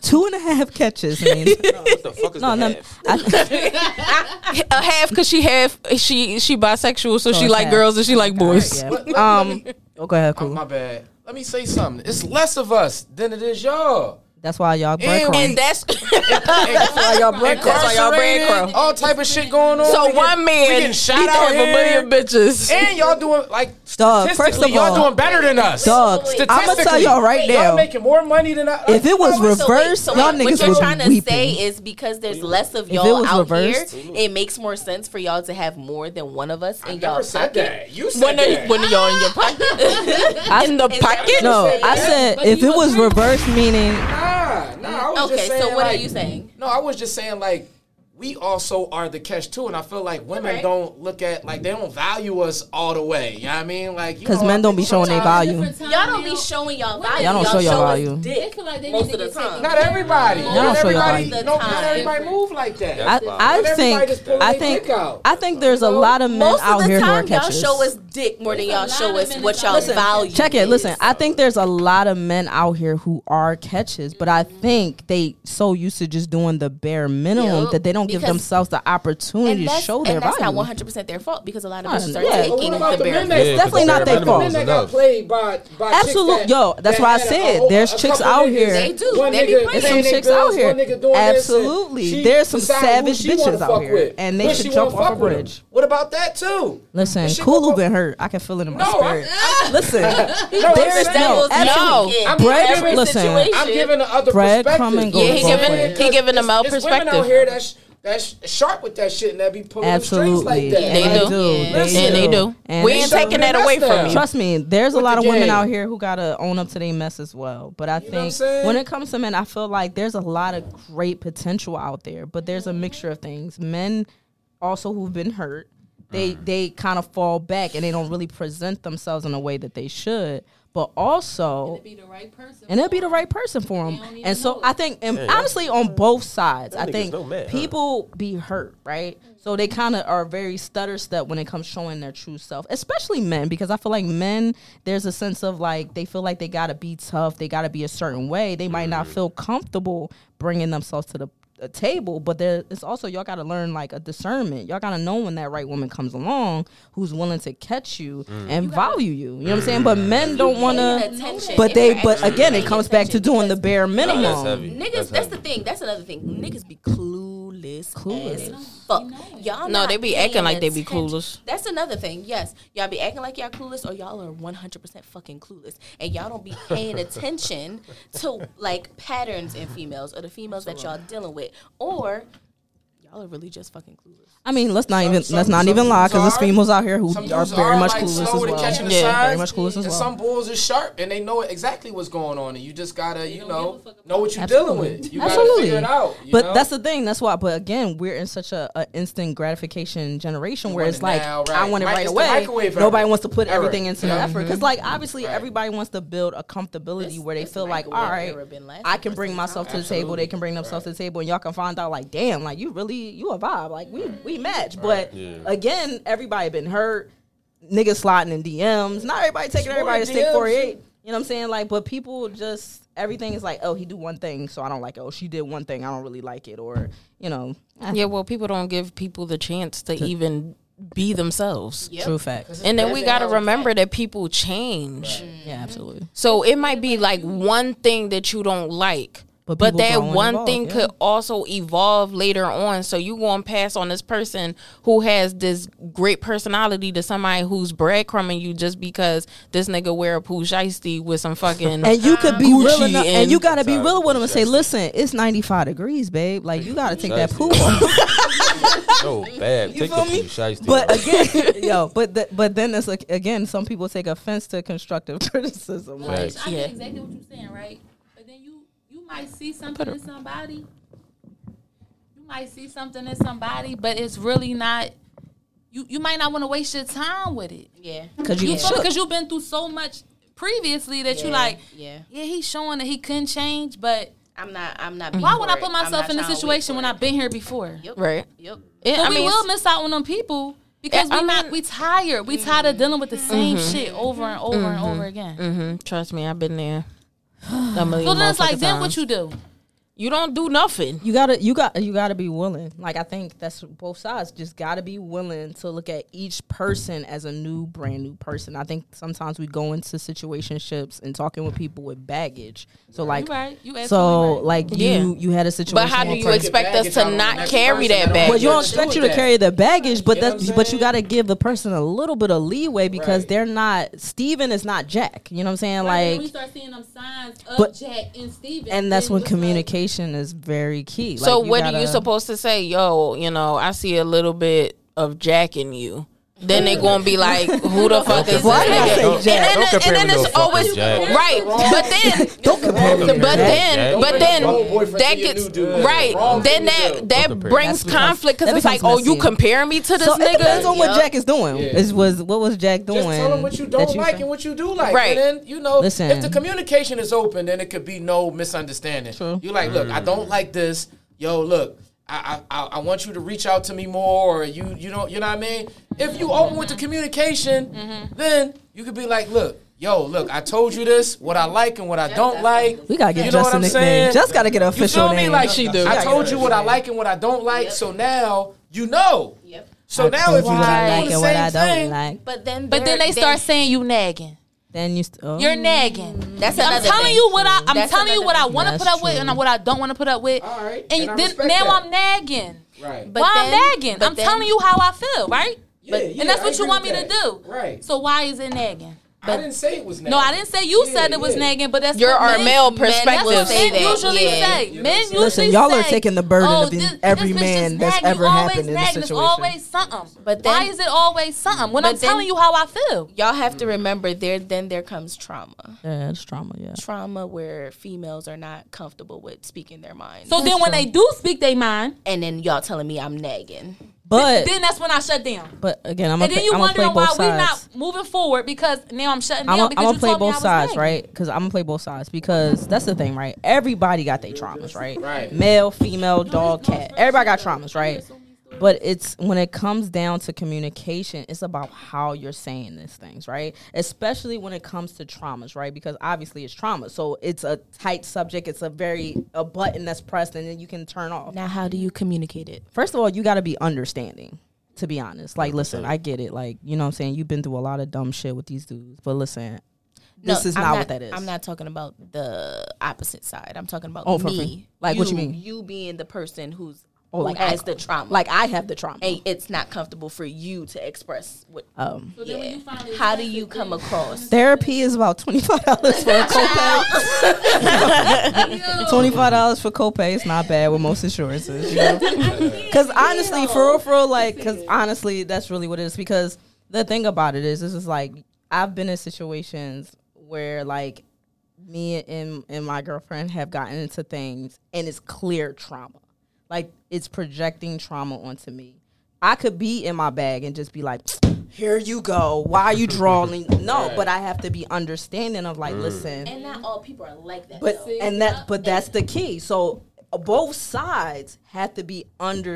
A: two and a half catches. man.
E: What the fuck is
A: No,
E: the
A: no,
E: half?
A: I,
D: A half because she half she she bisexual, so, she
A: it's
D: like
A: half.
D: girls and she like boys.
A: yeah. Um, oh, go ahead,
C: Oh,
A: cool.
C: my bad. Let me say something. It's less of us than it is y'all.
A: That's why y'all breadcrumbs.
D: And that's
A: why y'all
D: That's why y'all bread
C: Incarcerated, all type of shit going on.
D: so
C: We get-
D: one
C: we
D: man
C: getting shot
D: he
C: out
D: have a million
C: here,
D: bitches.
C: and y'all doing like
A: Dog, Uh, first
C: statistically,
A: of all-
C: y'all doing better than us.
A: Dog, I'm gonna
C: Statistically,
A: tell y'all right
C: Y'all
A: now.
C: making more money than I.
A: if it was
H: So wait, so wait,
A: reversed,
H: so
A: y'all
H: wait,
A: niggas
H: What you're
A: would
H: trying
A: be
H: to say
A: weeping.
H: is because there's less of
A: If
H: y'all
A: it was
H: out
A: reversed-
H: here, it makes more sense for y'all to have more than one of us in
C: I
H: y'all
C: never said
H: pocket.
C: that. You said
D: when are,
C: that.
D: when are y'all in your pocket? in the pocket?
A: No, I said
G: But
A: if
G: you
A: it was
G: agree.
A: reversed, meaning
C: nah, Ah, nah. I was
H: Okay,
C: just saying,
H: so what
C: like,
H: are you saying?
C: No, I was just saying like we also are the catch too, and I feel like women
H: Alright.
C: don't look at like they don't value us all the way. You know what I mean? Like you
A: because
C: know,
A: men don't be showing their
H: Oh,
C: sometimes-
A: value.
G: Y'all
H: Y'all don't be showing y'all value.
A: Y'all don't show y'all
H: us
A: value.
G: They
H: Dick.
G: feel like they
H: Most
G: need
H: of
G: to get
H: the time.
G: taken
C: Not
G: care of.
C: everybody.
A: Y'all
C: not
A: don't show y'all
C: everybody.
H: value.
C: No, not
H: Time.
C: everybody move like that.
A: I,
E: That's wild.
A: I
C: Let everybody
A: think
C: just pull
A: I
C: their
A: think
C: dick out.
A: I think there's a lot of men
H: Most
A: out
H: of
A: here
H: the
A: who are
H: time, y'all
A: catches.
H: show us dick more than y'all
G: A lot
H: show
G: of
H: us
G: men
H: what
G: is
H: y'all
G: out here.
H: value.
A: Check it.
H: is.
A: Listen, I think there's a lot of men out here who are catches, but I think they so used to just doing the bare minimum
H: Yup.
A: that they don't give
H: Because-
A: themselves the opportunity
H: and
A: to
H: that's,
A: show
H: and
A: their
H: that's not
A: value.
H: 100 percent their fault because a lot of
A: Nah,
H: bitches are
A: yeah.
C: But
H: taking
C: what
H: the
C: about the
H: bare
C: men that,
E: Yeah,
A: definitely not their
E: bare minimum
A: fault.
C: men
E: is
C: that got
E: enough.
C: played by, by chicks
A: Absolute-
C: that-
A: yo, that's
C: that
A: why I
C: had
A: said,
C: whole-
A: there's
C: a
A: chicks
C: couple
A: out
C: niggas,
A: here. They
H: do.
C: One
H: They be
C: nigga
H: playing.
A: There's some
C: paying they
A: chicks out
C: bills,
A: here.
C: one nigga doing this, and
A: Absolutely.
C: she
A: There's some
C: decide who
A: savage
C: she wanna
A: bitches out
C: fuck
A: here,
C: with,
A: and they
C: when
A: should
C: she
A: jump
C: wanna
A: off
C: fuck
A: a
C: with him.
A: bridge.
C: What about that too?
A: Listen,
C: She
A: Kulu
C: gonna-
A: been hurt. I can feel it in my
C: No,
A: spirit.
C: I-
A: Listen,
C: No,
A: there's
C: I'm
A: no,
H: no,
D: absolutely.
H: no.
C: I'm
A: bread.
C: giving-
A: Listen,
H: situation.
C: I'm giving the other
A: Bread
C: perspective.
A: crumb and
D: Yeah, he
A: goes a long
D: giving-
A: way.
D: he giving them out
C: It's- it's women out
D: perspective.
C: here that's that's sharp with that shit and that be pulling them strings
A: Absolutely,
C: like that.
D: They do.
C: Like,
A: They
D: And they do.
A: And
D: we
A: they
D: ain't
A: do.
D: taking that away from you.
A: Trust me, there's a
C: With
A: lot
C: the
A: of women
C: game.
A: out here who gotta own up to their mess as well. But I
C: what I'm
A: think
C: saying?
A: when it comes to men, I feel like there's a lot of great potential out there, but there's a mixture of things. Men also who've been hurt, they
C: Mm.
A: they kind of fall back and they don't really present themselves in a way that they should. But also,
G: Be the right person.
A: and it'll be the right person for him.
G: don't even
A: And so
G: know
A: I think, and honestly, on both sides, I
E: nigga's
A: think
E: no man, huh?
A: people be hurt, right? So they kind of are very stutter step when it comes showing their true self, especially men, because I feel like men, there's a sense of like they feel like
E: Mm.
A: they gotta be tough, they gotta be a certain way. They might not feel comfortable bringing themselves to the a table, but there it's also y'all got to learn like a discernment. Y'all got to know when that right woman comes along who's willing to catch you
E: Mm.
A: and value you. You know what I'm saying? But men don't want to.
H: attention.
A: But
H: if
A: they,
H: you're
A: but
H: actually
A: again, it
H: paying
A: comes back to
H: attention,
A: doing the
H: because
A: bare minimum.
E: That's heavy.
H: Niggas, that's,
E: heavy.
H: the thing. That's another thing. Niggas be clueless. Clueless. fuck.
D: No,
H: Y'all. not
D: they be
H: paying
D: acting like they be
H: attention.
D: clueless.
H: That's another thing. Yes, y'all be acting like y'all clueless, or y'all are one hundred percent fucking clueless, and y'all don't be paying attention to like patterns in females or the females that y'all dealing with, or y'all are really just fucking clueless.
A: I mean, let's not even
C: some-
A: let's not
C: some
A: even lie
C: dudes
A: because there's
C: are-
A: females out here who
C: Some
A: are
C: dudes
A: very
C: are,
A: much
C: like,
A: clueless as
C: slow to
A: well.
C: catching the
A: yeah, very
C: signs,
A: much clueless as
C: and
A: well.
C: some bulls are sharp and they know exactly what's going on, and you just gotta, you know, know what you're dealing with. You gotta
A: Absolutely.
C: figure it out. you
A: but
C: know?
A: that's the thing. That's why. But again, we're in such a, a instant gratification generation where
C: want
A: it's
C: it
A: like
C: now,
A: I
C: right.
A: want it
C: Mike,
A: right
C: it's the
A: away.
C: microwave
A: Nobody
C: era.
A: wants to put
C: Era.
A: everything into the
C: Yeah. Mm-hmm.
A: effort because, like, obviously
C: Right.
A: everybody wants to build a comfortability
H: This-
A: where they
H: this
A: feel like, all
H: microwave
A: right,
H: era been lasting
A: I can
H: for
A: bring
H: some
A: myself to
H: time.
A: the table. They can bring themselves to the table, and y'all can find out, like, damn, like you really you a vibe. Like we we
C: Mm-hmm.
A: match. But
E: Yeah.
A: again, everybody been hurt. Niggas sliding in DMs. Not everybody taking
C: Sure,
A: everybody to stick
C: DMs.
A: 48. You know what I'm saying? Like, but people just everything is like, oh, he do one thing, so I don't like it. Oh, she did one thing, I don't really like it, or you know, eh,
D: Yeah, well, people don't give people the chance to even be themselves.
A: true fact.
D: And then we got to remember that people change. Mm.
A: Yeah, absolutely.
D: So it might be like one thing that you don't like.
A: But
D: But,
A: people
D: that
A: grow and
D: one
A: evolve,
D: thing
A: yeah.
D: could also evolve later on. So you going to pass on this person who has this great personality to somebody who's breadcrumbing you just because this nigga wear a poo shiesty with some fucking.
A: And you could be real
D: Gucci
A: enough, and,
D: and-
A: you gotta be real with them and say,
E: Sorry.
A: listen, it's 95 degrees, babe. Like you gotta take that
E: Precisely.
A: poo off.
E: So bad. Take
A: feel
E: the
A: me?
E: few shots.
A: But again, yo, but th- but then it's like again, some people take offense to constructive criticism. Like,
E: Facts.
G: I get exactly what you're saying, right? But then you you might see something in somebody. You might see something in somebody, but it's really not. You you might not want to waste your time with it.
H: Yeah.
A: Cause you,
G: You
A: get
G: feel
A: shook.
G: because you've been through so much previously that you
H: Yeah,
G: like.
H: yeah.
G: Yeah, he's showing that he couldn't change, but
H: I'm not. I'm not.
G: why would I put myself in a situation when I've been here before?
D: right.
H: Yep.
D: And
G: But
D: I
G: we
D: mean,
G: will miss out on them people because
D: Yeah, I
G: we not
D: mean-
G: we tired. We tired
H: Mm-hmm.
G: of dealing with the same
A: Mm-hmm.
G: shit over and over and over again.
D: hmm trust me, I've been there. A million
G: So then it's like,
D: motherfucking
G: then what
D: times.
G: you do?
D: You don't do nothing.
A: you gotta you got you gotta be willing like i think that's both sides just gotta be willing to look at each person as a new brand new person i think sometimes we go into situationships and talking with people with baggage so like
G: You right. You
A: so
G: absolutely right.
A: like you
D: Yeah.
A: you had a situation
D: But how do
A: with
D: you
A: person-
C: Take your
D: expect us
C: baggage
D: to
C: out on the
D: not
C: next
D: carry that
C: person. They don't
D: baggage?
A: Well,
C: want
A: you don't
C: to do
A: expect
C: with
A: you to
C: that.
A: carry the baggage, but
C: You know
A: that's
C: what I'm
A: but you
C: saying?
A: got to give the person a little bit of leeway because
C: Right.
A: they're not Steven is not Jack. You know what I'm saying?
G: Right, then we
A: Like,
G: start seeing them signs of
A: But-
G: Jack and Steven.
A: and that's
G: then
A: when
G: it's
A: communication is very key.
D: So
A: Like,
D: what are you
A: gotta-
D: supposed to say? Yo, you know, I see a little bit of Jack in you. Then they gonna be like, who the fuck is this
A: Why did I
D: nigga?
A: say
D: And
A: Jack?
D: then,
E: Don't
D: and
E: compare
D: then
E: me to
D: it's
E: no fucking
D: always
E: Jack.
D: right, but then.
A: don't compare me to
D: But
A: Jack.
D: then,
E: Jack.
D: but then
C: Don't bring your old
D: that
C: boyfriend to your
D: gets
C: new dude.
D: right.
C: Wrong
D: Then
C: thing to
D: that
C: do.
D: that
E: Don't compare.
D: brings
A: That becomes-
D: conflict because
A: that
D: it's like,
A: becomes
D: oh, you
A: messy.
D: compare me to this
A: So it depends on
D: nigga.
A: what Jack is doing.
C: Yeah.
A: Is was what was Jack doing?
C: Just tell them what you don't
A: that
C: like
A: say-
C: and what you do like.
D: Right.
C: And then, you know,
A: Listen.
C: if the communication is open, then it could be no misunderstanding.
A: True.
C: You like, look, I don't like this. Yo, look, I, I I- I want you to reach out to me more or you you know you know what I mean? If you open with the communication, then you could be like, look, yo, look, I told you this, what I like and what I don't like.
A: we gotta get
C: You know
A: Jess
C: what
A: a
C: I'm
A: nickname.
C: saying?
A: Jess gotta get an
C: You
A: official
C: feel me?
A: name.
C: Like she do. I
A: She
C: told you what I like and what I don't like, so now you know.
H: Yep.
C: So now
A: told
C: if
A: you
C: you
A: what I
C: keep
A: like
C: doing the
A: and what I
C: same
A: don't
C: thing,
A: like.
H: But then,
G: But then
H: they're-
G: they start saying you nagging.
A: Then you. St- oh.
G: You're nagging.
H: That's
G: I'm
H: another
G: telling
H: thing.
G: you what I. I'm
H: That's
G: telling you
H: another
G: what I
H: thing.
G: want to
A: That's
G: put up with
A: true.
G: and what I don't want to put up with.
C: All right,
G: And,
C: and I
G: then
C: respect
G: now
C: that.
G: I'm nagging.
C: right.
G: But now
H: then-
G: I'm nagging.
H: but
G: I'm
H: then-
G: telling you how I feel, right?
C: Yeah, yeah,
G: and that's
C: I
G: what you
C: agree
G: want me
C: with
G: to do.
C: that. Right.
G: So why is it nagging?
C: I didn't say it was
G: No, I didn't say you
C: Yeah,
G: said it was
C: yeah.
G: nagging, but that's
D: You're
G: what
D: our
G: men-
D: male
G: men- that's
D: perspective.
G: what
H: Say
G: men
H: that,
G: usually
H: yeah.
G: say.
H: You
C: know
G: men
C: what
G: usually
C: I'm saying?
A: Listen, y'all are
G: say,
A: taking the burden
G: "Oh,
A: of being
G: this-
A: every
G: this bitch
A: man
G: just
A: that's
G: nagging.
A: ever
G: You always
A: happened in this
G: nagging. It's
A: situation."
G: always something.
H: But
G: But
H: then-
G: why is it always something? When
H: But
G: I'm
H: then-
G: telling you how I feel,
H: y'all have to remember there. Then there comes trauma.
A: yeah, it's trauma. Yeah.
H: Trauma where females are not comfortable with speaking their mind.
G: so then when they do speak their mind,
H: and then y'all telling me I'm nagging.
A: But
G: then that's when I shut down.
A: but again, I'm
G: And
A: gonna
G: then
A: play,
G: you
A: I'm gonna play
G: wondering why
A: both
G: we
A: sides.
G: not moving forward because now I'm shutting
A: I'm gonna
G: down because you
A: play
G: told me I
A: both
G: was
A: sides,
G: nagging.
A: right? Because I'm gonna play both sides because that's the thing, right? Everybody got their traumas, right?
C: Right.
A: Male, female, dog, cat. Everybody got traumas, right? But it's when it comes down to communication, it's about how you're saying these things, right? Especially when it comes to traumas, right? Because obviously it's trauma. So it's a tight subject. It's a very a button that's pressed and then you can turn off.
H: Now, how do you communicate it?
A: First of all, you got to be understanding. To be honest, like, listen, I get it. Like, you know what I'm saying? You've been through a lot of dumb shit with these dudes, but listen, this is
H: I'm
A: not, what that is.
H: I'm not talking about the opposite side. I'm talking about
A: Oh, for
H: me.
A: free. Like, what you mean?
H: You being the person who's
A: Oh,
H: who
A: like I-
H: has the trauma.
A: Like, I have the trauma.
H: and it's not comfortable for you to express what.
A: Um,
G: So then when
H: yeah.
G: you finally
H: How
G: express
H: do
G: it,
H: you
G: then
H: come across?
A: Therapy is about twenty five dollars for a copay. Twenty five dollars for copay is not bad with most insurances. You know? Because honestly, for real, for real, like, because honestly, that's really what it is. Because the thing about it is, this is like, I've been in situations where, like, me and, and my girlfriend have gotten into things, and it's clear trauma. Like, it's projecting trauma onto me. I could be in my bag and just be like, here you go. Why are you drawing? No, but I have to be understanding of, like, listen.
H: And not all people are like that.
A: But and that but that's the key. So uh, both sides have to be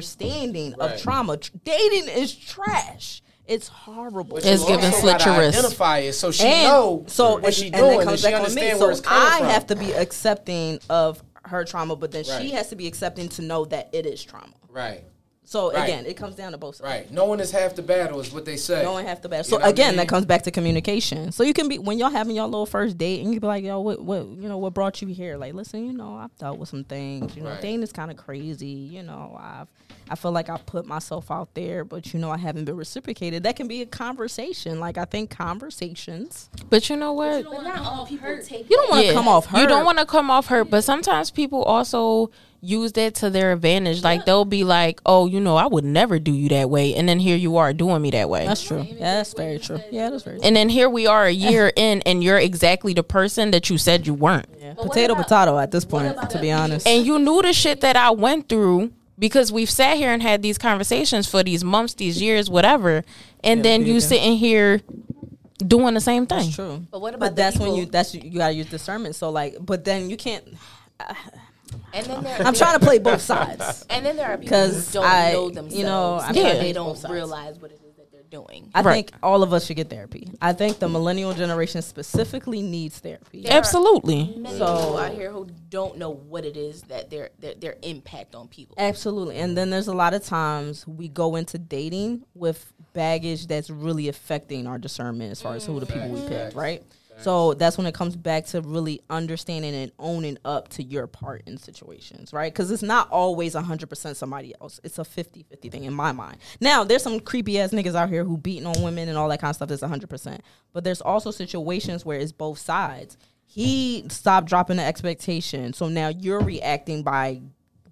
A: understanding
E: Right.
A: of trauma. Tr- Dating is trash. It's horrible.
D: It's
C: You
D: giving
C: also
D: slit
C: gotta
D: your wrist.
C: Identify it so she
A: and
C: know
A: so
C: what
A: and-
C: she
A: and
C: doing
A: then
C: and,
A: comes
C: she
A: back on me.
C: understand
A: So
C: where it's coming
A: I
C: from.
A: have to be accepting of her trauma, but then
C: Right.
A: she has to be accepting to know that it is trauma.
C: right,
A: So
C: Right.
A: again, it comes down to both sides.
C: right. Knowing is half the battle is what they say.
A: Going half the battle.
C: You
A: So
C: know what I
A: again,
C: mean?
A: that comes back to communication. So you can be when y'all having your little first date, and you can be like, "Yo, what, what, you know, what brought you here? Like, listen, you know, I've dealt with some things. You know,
C: Right.
A: dating is kind of crazy. You know, I've, I feel like I put myself out there, but you know, I haven't been reciprocated. That can be a conversation. Like, I think conversations.
D: But you know what?
G: But not all people take.
A: You don't want to come off hurt.
D: You don't want to come off hurt, but sometimes people also use that to their advantage. Like they'll be like, "Oh, you know, I would never do you that way," and then here you are doing me that way.
A: That's true. Yeah, that's very true. Yeah, that's very true.
D: and then here we are a year in, and you're exactly the person that you said you weren't.
A: Potato, potato. At this point, to be honest,
D: And you knew the shit that I went through because we've sat here and had these conversations for these months, these years, whatever. And then you sitting here doing the same thing.
A: true. But
H: what
A: But
H: about the
A: that's when
H: people-
A: you that's you gotta use discernment. So like, but then you can't.
H: and then there
A: I'm trying to play both sides.
H: And then there are people who
A: 'Cause
H: don't
A: I-
H: know
A: you
H: themselves.
A: know, I
H: so
A: mean,
H: they
A: I-
H: don't
A: both sides.
H: realize what it is that they're doing.
A: I
D: Right.
A: think all of us should get therapy. I think the millennial generation specifically needs therapy.
D: Absolutely.
H: Many
A: So-
H: people out here who don't know what it is that their their, their impact on people.
A: Absolutely. And then there's a lot of times we go into dating with baggage that's really affecting our discernment as far as who the people we pick, right? So that's when it comes back to really understanding and owning up to your part in situations, right? Because it's not always 100% somebody else. It's a 50 50 thing in my mind. Now, there's some creepy ass niggas out here who beating on women and all that kind of stuff that's 100%. But there's also situations where it's both sides. He stopped dropping the expectation. So now you're reacting by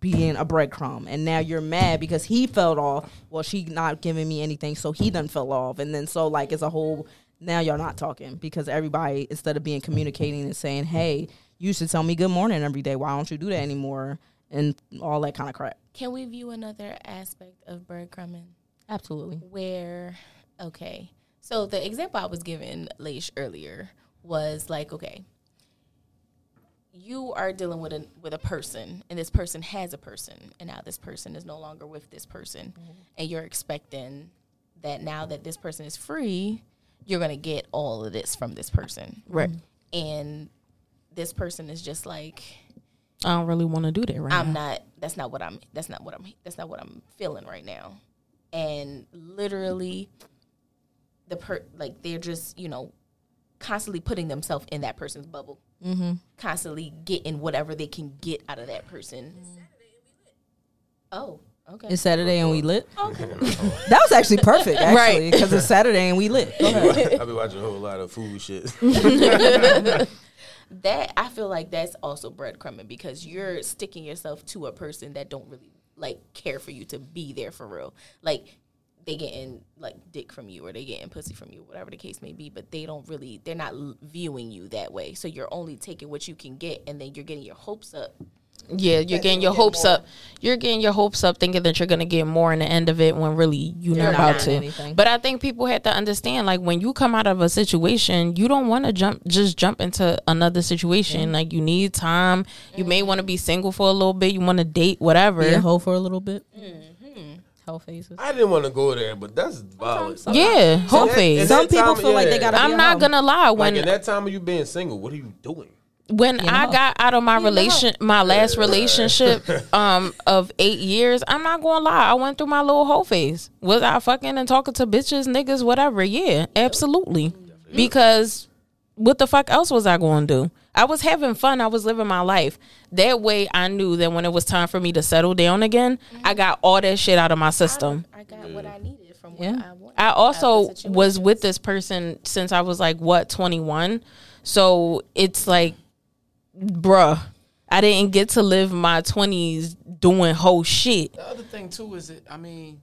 A: being a breadcrumb and now you're mad because he fell off well she not giving me anything so he done fell off and then so like it's a whole now y'all not talking because everybody instead of being communicating and saying hey you should tell me good morning every day why don't you do that anymore and all that kind of crap
H: Can we view another aspect of breadcrumbing?
A: absolutely
H: where okay so the example i was given leish earlier was like okay you are dealing with a with a person and this person has a person and now this person is no longer with this person
D: Mm-hmm.
H: and you're expecting that now that this person is free you're going to get all of this from this person Mm-hmm.
D: Right.
H: and this person is just like
D: I don't really want to do that right
H: I'm
D: now.
H: not. That's not what I'm. That's not what I'm. That's not what I'm feeling right now. And literally, the per like they're just you know constantly putting themselves in that person's bubble, constantly getting whatever they can get out of that person. Oh, okay.
A: it's saturday and we lit that was actually perfect actually because it's saturday and we lit Go ahead.
E: I be watching a whole lot of food shit.
H: that I feel like that's also breadcrumbing because you're sticking yourself to a person that don't really like care for you to be there for real. Like they getting like dick from you or they getting pussy from you, whatever the case may be, but they don't really they're not l- viewing you that way. So you're only taking what you can get and then you're getting your hopes up.
D: Yeah, you're getting your hopes up. You're getting your hopes up thinking that you're gonna get more in the end of it when really you're not about to.
A: getting anything.
D: But I think people had to understand like when you come out of a situation, you don't want to jump just jump into another situation. Like you need time. You may want to Mm-hmm. be single for a little bit. You want to date whatever.
A: be a hoe for a little bit
D: Whole faces.
E: I didn't want to go there, but that's violent.
D: yeah, whole
E: that- is
D: face.
E: that-
D: I'm
E: Some
A: Some people
E: time,
A: feel like
E: yeah.
A: they gotta. be a
D: not
A: hoe.
D: gonna lie.
E: Like
D: When
E: in that time of you being single, what are you doing?
D: when I got out of my relation, my last relationship, um, of eight years, I'm not gonna lie. I went through my little whole phase. Was I fucking and talking to bitches, niggas, whatever? Yeah, absolutely. Because what the fuck else was I going to do? I was having fun. I was living my life. That way, I knew that when it was time for me to settle down again, I got all that shit out of my system.
H: I got what I needed from what I
D: Yeah.
H: wanted.
D: I also
H: Out the
D: was
H: situation.
D: with this person since I was like what 21. So it's like bruh, I didn't get to live my 20s doing whole shit.
C: The other thing too is it. I mean,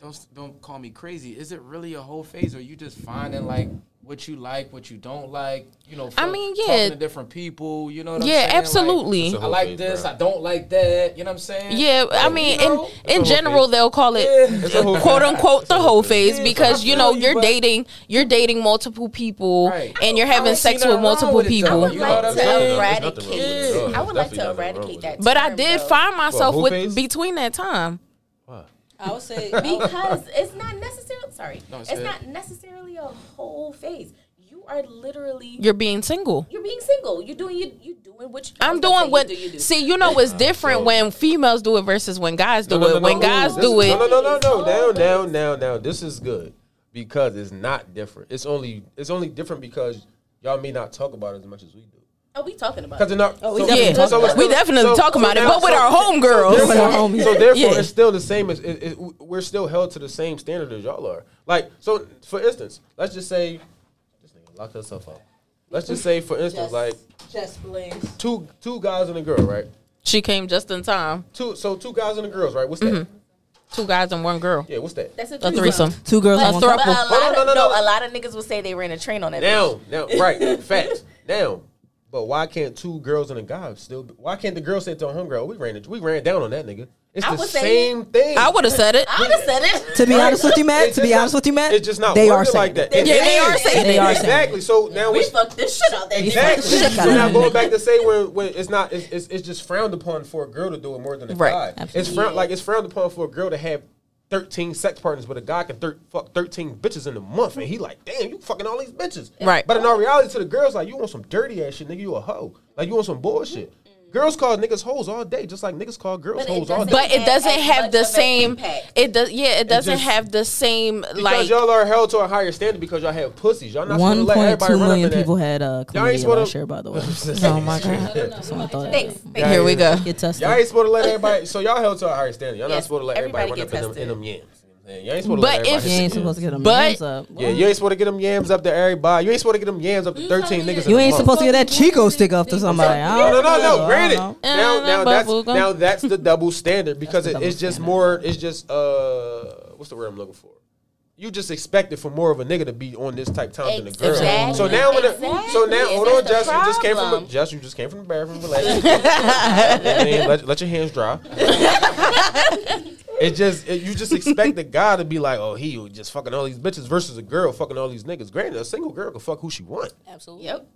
C: don't don't call me crazy. Is it really a whole phase, or you just finding like what you like, what you don't like? You know,
D: I
C: fuck-
D: mean, yeah.
C: talking to different people. You know, what I'm
D: Yeah,
C: saying? Like,
D: absolutely. It's a
E: whole
C: I like
E: phase,
C: this.
E: bro.
C: I don't like that. You know what I'm saying?
D: Yeah, I mean, in, in
E: whole
D: general,
E: phase.
D: they'll call it
E: It's a whole
D: quote
E: phase.
D: unquote the whole phase
C: Yeah,
D: because
C: I
D: you
C: feel
D: know
C: you,
D: you're
C: but-
D: dating you're dating multiple people
C: Right.
D: and you're
C: I
D: having
C: don't see
D: sex
C: nothing
D: with multiple
C: wrong with it, though.
D: people.
C: You
H: Like,
C: know what I'm
H: to
C: saying?
H: eradicate-
E: There's nothing wrong with it.
H: I would like
E: Definitely
H: to
E: nothing wrong
H: eradicate
E: with
H: that.
E: it.
D: But I
H: term,
D: did
H: though.
D: find myself
E: whole
D: with
E: phase?
D: between that time.
B: I would say
H: because it's not necessarily sorry
C: it's
H: it's
C: good.
H: not necessarily a whole phase you are literally
D: You're being single.
H: you're being single you're doing you, you're doing what you, I
D: I'm
H: was
D: doing
H: gonna say you
D: what.
H: do, you do.
D: See, you know what's different when females do it versus when guys do
E: No, no,
D: it.
E: no, no,
D: when
E: no.
D: guys
E: This-
D: do it,
E: No, no, no, no, no. Now, now, now, now. This is good because it's not different. It's only it's only different because y'all may not talk about it as much as we do.
H: oh we talking about
E: Because
H: it.
E: they're not.
A: we
E: so-
A: definitely
D: yeah,
A: talk
E: so it's
D: Oh, we
E: still-
D: definitely
E: so-
D: talk
E: so
D: about it.
E: now-
D: But with
E: so-
D: our
E: so
D: homegirls,
E: therefore, so therefore
D: Yeah.
E: it's still the same as it, it, we're still held to the same standard as y'all are. Like so, for instance, let's just say this nigga locked herself up. Let's just say, for instance, like
B: just blames.
E: two two guys and a girl, right?
D: she came just in time.
E: Two so two guys and a girls, right? What's
D: Mm-hmm.
E: that?
D: Two guys and one girl.
E: Yeah, what's that?
H: that's a,
D: A threesome.
A: Two girls,
D: A
A: and one cup.
D: throuple.
H: But a lot
E: no,
H: of,
E: no, no,
H: no,
E: no.
H: a lot of niggas would say they ran a train on that bitch.
E: Now, now, right, facts. Now, but why can't two girls and a guy still? Be, why can't the girl say to her homegirl, "Oh, "We ran, we ran down on that nigga"? It's
H: I
E: the
H: would say-
E: same thing.
D: I would have said it.
H: I would have said it.
A: To be honest with you, Matt.
E: It's
A: To
E: just
A: be
E: not-
A: honest with you, Matt.
E: It's just not
A: They
E: worded
A: are saying
E: like that.
H: They-
E: It
D: they are
E: is.
D: saying
A: They are saying
E: exactly. So now
H: We
E: we.
H: fucked this shit out that
E: Exactly.
A: fucked the shit out
E: We're
A: of
E: not
A: that
E: going
A: nigga.
E: back to say when, when it's not. It's, it's, it's just frowned upon for a girl to do it more than a
D: Right,
E: guy. It's frowned like it's frowned upon for a girl to have thirteen sex partners, but a guy can thir- fuck thirteen bitches in a month, and he like, damn, you fucking all these bitches.
D: Right.
E: But in all reality, to the girls, like you want some dirty ass shit, nigga. You a hoe. Like you want some bullshit. Girls call niggas hoes all day, just like niggas call girls
H: But it
E: hoes all
H: doesn't-
E: day.
D: But it doesn't
H: As
D: have
H: much
D: the
H: of an
D: same.
H: impact.
D: It does. Yeah, it doesn't
E: just-
D: have the same
E: Because
D: like.
E: y'all are held to a higher standard because y'all have pussies. Y'all not supposed to
A: One
E: let
A: point
E: everybody
A: two
E: run
A: million
E: up in Oh
A: people
E: that.
A: had uh,
E: Y'all
A: chlamydia
E: ain't supposed
A: last
E: to-
A: year, by the way.
D: Oh my god.
A: So I thought
H: Thanks. Thanks.
D: Here we go.
A: get tested.
E: Y'all ain't supposed to let everybody. So y'all held to a higher standard. Y'all not
H: Yes,
E: supposed to let everybody,
H: everybody
E: run up in
H: get
E: them, in them yams. You know what I'm saying? Y'all ain't supposed to
D: But
E: let everybody.
D: if-
A: You ain't
E: get them
A: supposed to get them
D: But-
A: hands up.
E: yams. yeah, you ain't supposed to get them yams up to everybody. You ain't supposed to get them yams up to
G: You
E: thirteen
G: tell me
E: niggas.
G: that.
A: You
E: in
A: ain't
E: a
A: supposed
E: month.
A: to get that Chico stick up to somebody. I don't
E: No, no, no,
A: know.
E: no.
A: I
E: Granted,
A: don't know.
E: now, now
D: Uh,
E: that's
D: bubblegum.
E: now that's the double standard because
A: the
E: it,
A: double
E: it's just
A: standard.
E: more. It's just uh, what's the word I'm looking for? You just expect it for more of a nigga to be on this type time than a girl.
H: Exactly.
E: So now when, it, so now
H: Exactly.
E: hold on,
H: That's the
E: Jess, you just came from a,
H: problem.
E: Jess, you just came from the bathroom. Relax. You know what I mean? let, let your hands dry. It just it, you just expect the guy to be like, oh, he was just fucking all these bitches versus a girl fucking all these niggas. Granted, a single girl can fuck who she want.
G: Absolutely.
H: Yep.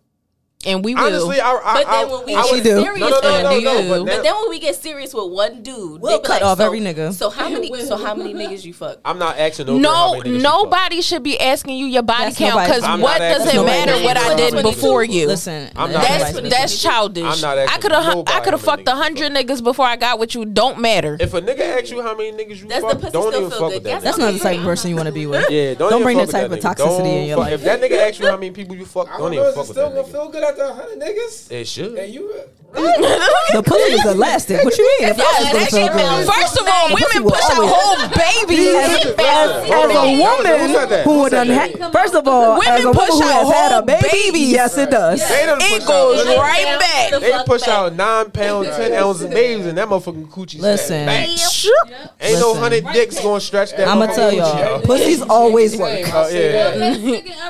D: And we will.
E: Honestly, I, I,
H: But
E: I,
H: then when we
E: I
H: get
E: would-
A: serious
E: no, no, no,
D: and
E: no,
D: do
E: no,
D: you-
E: but now-
H: But then when we get serious with one dude,
A: We'll
H: they be
A: cut
H: like,
A: off
H: so-
A: every nigga.
H: So how many? So how many niggas you fuck?
E: I'm not asking no. girl how
D: no,
E: many niggas she
D: nobody should be asking you your body
A: That's
D: count
A: nobody's
D: because
A: business.
D: what
E: I'm not
D: does
E: asking
D: it matter
E: nobody
D: what
E: how
D: I
E: many
D: did
E: niggas
D: before
E: fuck.
D: you?
A: Listen,
E: I'm not
A: that's
D: That's
E: asking
D: that's childish.
E: I'm not
D: I
E: asking
D: could have
E: nobody
D: I could have
E: how many
D: fucked
E: niggas
D: a
E: you
D: hundred niggas before I got with you. Don't matter.
E: fuck. If a nigga asks you how many niggas you
H: Does the
E: fuck,
H: pussy
E: don't
H: still
E: even
H: feel
E: fuck
H: good?
E: with that.
H: That's
A: that's
E: nigga.
A: not the type of person you want to be with.
E: Yeah, don't,
A: Don't
E: even
A: bring
E: fuck
A: that
E: with
A: type
E: that
A: of
E: nigga.
A: toxicity
E: Don't
A: in your
E: fuck-
A: life.
E: If that nigga asks you how many people you fuck,
C: I
E: don't
C: don't
E: even
C: know. Is it
E: fuck with that
C: still gonna
E: nigga.
C: feel good after hundred niggas?
E: It
C: And
E: should.
C: you,
A: The pussy is elastic. What you mean? Of course
D: Yes,
A: it's gonna feel good.
D: First of all,
A: Pussy
D: women
A: will
D: push out
A: always-
D: whole
A: As,
D: babies.
A: as, as
E: Hold on.
A: a
E: Who said
A: woman
E: that?
A: who
E: Who
A: would
E: said
A: done
E: that?
A: had, first of all,
D: Women
A: as a woman
D: push
A: who
D: out
A: has had a
D: whole
A: baby,
D: babies.
A: yes, it does.
E: They done
D: It
E: push
D: goes
E: out-
D: right back.
E: They push out nine pounds, ten ounces of babies, and that motherfucking coochie. stacked
A: Listen.
E: back.
D: Shoot.
E: ain't no
A: Listen.
E: hundred dicks gonna stretch that.
A: I'm gonna
E: motherfucking
A: tell
E: coochie
A: y'all,
E: out.
A: pussies always work.
E: Oh, yeah,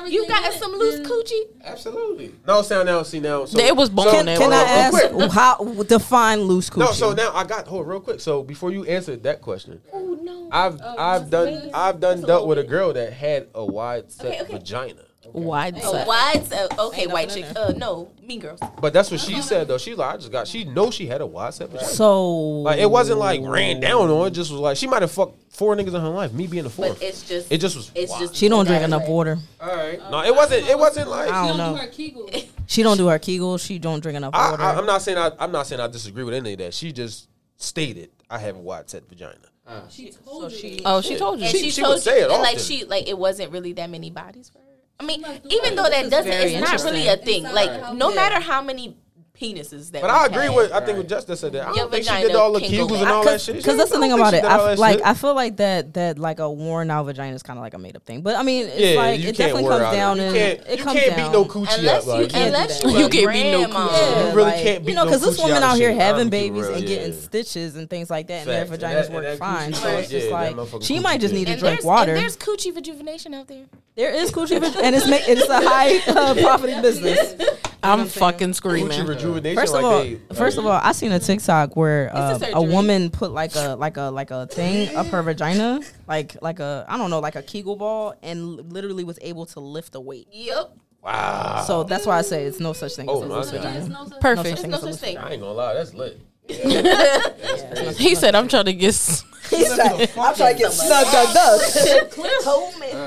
H: You got some loose coochie?
C: absolutely.
E: no sound now. See now, so
D: It was born
E: so-
A: Can,
D: that
A: can I
D: way.
A: ask how define loose coochie?
E: No, so now I got hold real quick. So before you answer that question,
H: Oh,
E: I've I've done I've done dealt with a girl that had a wide set
H: Okay, okay.
E: vagina.
D: Wide
H: A
D: set.
H: wide, uh, okay, white chick. Uh, no, Mean Girls.
E: But that's what she said though. She's like, I just got. She knows she had a wide set. But she-
A: So
E: like it wasn't like ran down on. It just was like she might have fucked four niggas in her life. Me being the fourth.
H: But it's just,
E: it just was.
H: it's
E: wide.
H: just.
A: she don't drink
H: that
A: enough
H: way.
A: water.
E: All right. No, it wasn't. It wasn't like.
A: I
E: I,
A: don't
G: Don't do
A: know.
G: her Kegel.
A: She don't do her Kegels. She don't drink enough water.
E: I, I'm not saying. I, I'm not saying I disagree with any of that. She just stated I have a wide set vagina.
G: She told you.
D: Oh, she told you.
H: And
E: She-
H: she,
E: she
H: told
E: would say
H: you,
E: it
H: and like
E: often.
H: she, like it wasn't really that many bodies for her. I mean,
G: Like,
H: even though that doesn't,
D: very
H: it's not really a thing.
G: It's not how-
H: Like, no
G: Yeah.
H: matter how many penises that.
E: But
H: we
E: I agree
H: have,
E: with. I think what Justice said that. I
H: Your
E: don't think she
H: vagina
E: did all the
H: can go
E: kegels and
H: back.
E: all that
A: Uh, Cause,
E: shit.
A: 'cause that's the
E: I don't
A: thing
E: think
A: about
E: she
A: it.
E: did
A: I
E: all
A: f-
E: that
A: like
E: shit.
A: I feel like that that like a worn out vagina is kind of like a made up thing. But I mean, it's
E: yeah,
A: like
E: you
A: it
E: can't
A: definitely
E: wear
A: comes
E: out.
A: down
E: You
A: and
E: can't,
A: it
E: you
A: comes
E: can't
A: down.
E: beat no coochie
H: Unless
E: up. Like,
H: you,
E: can't
H: unless
E: do
H: you,
E: that.
D: You can't be no
H: grandma.
D: coochie.
E: You really
A: like,
E: can't beat
A: you know,
E: no
A: because this
E: coochie out
A: woman
E: of
A: out here
E: shit. I'm
A: having
E: gonna keep it
A: babies
E: real,
A: and
E: yeah.
A: getting stitches and things like that,
E: Facts.
A: and
E: And
A: their vaginas
E: that- and
A: work
E: that
A: fine. So
E: coochie
A: it's
E: stuff, yeah,
A: just
E: that
A: like
E: motherfucker
A: she
E: coochie
A: might just
E: dick.
A: need to
H: And
A: drink
H: there's,
A: water.
H: and there's coochie rejuvenation out there.
A: There is coochie, vag- and it's ma- it's a high uh, profiting business.
D: I'm fucking
E: Coochie
D: screaming.
E: rejuvenation.
A: First of
E: like
A: all,
E: they-
A: first of all, I seen a TikTok where uh,
H: surgery.
A: a woman put like a like a like a thing up her vagina, like like a I don't know, like a Kegel ball, and l- literally was able to lift the weight.
H: Yep.
E: wow.
H: Oh.
A: So that's why I say it's no such thing.
E: Oh
A: as a
E: my
A: loose vagina.
E: God.
D: Perfect.
H: There's no such thing.
E: I ain't gonna lie, that's lit.
D: He said, "I'm trying to get s-
A: I'm trying to get snugged up.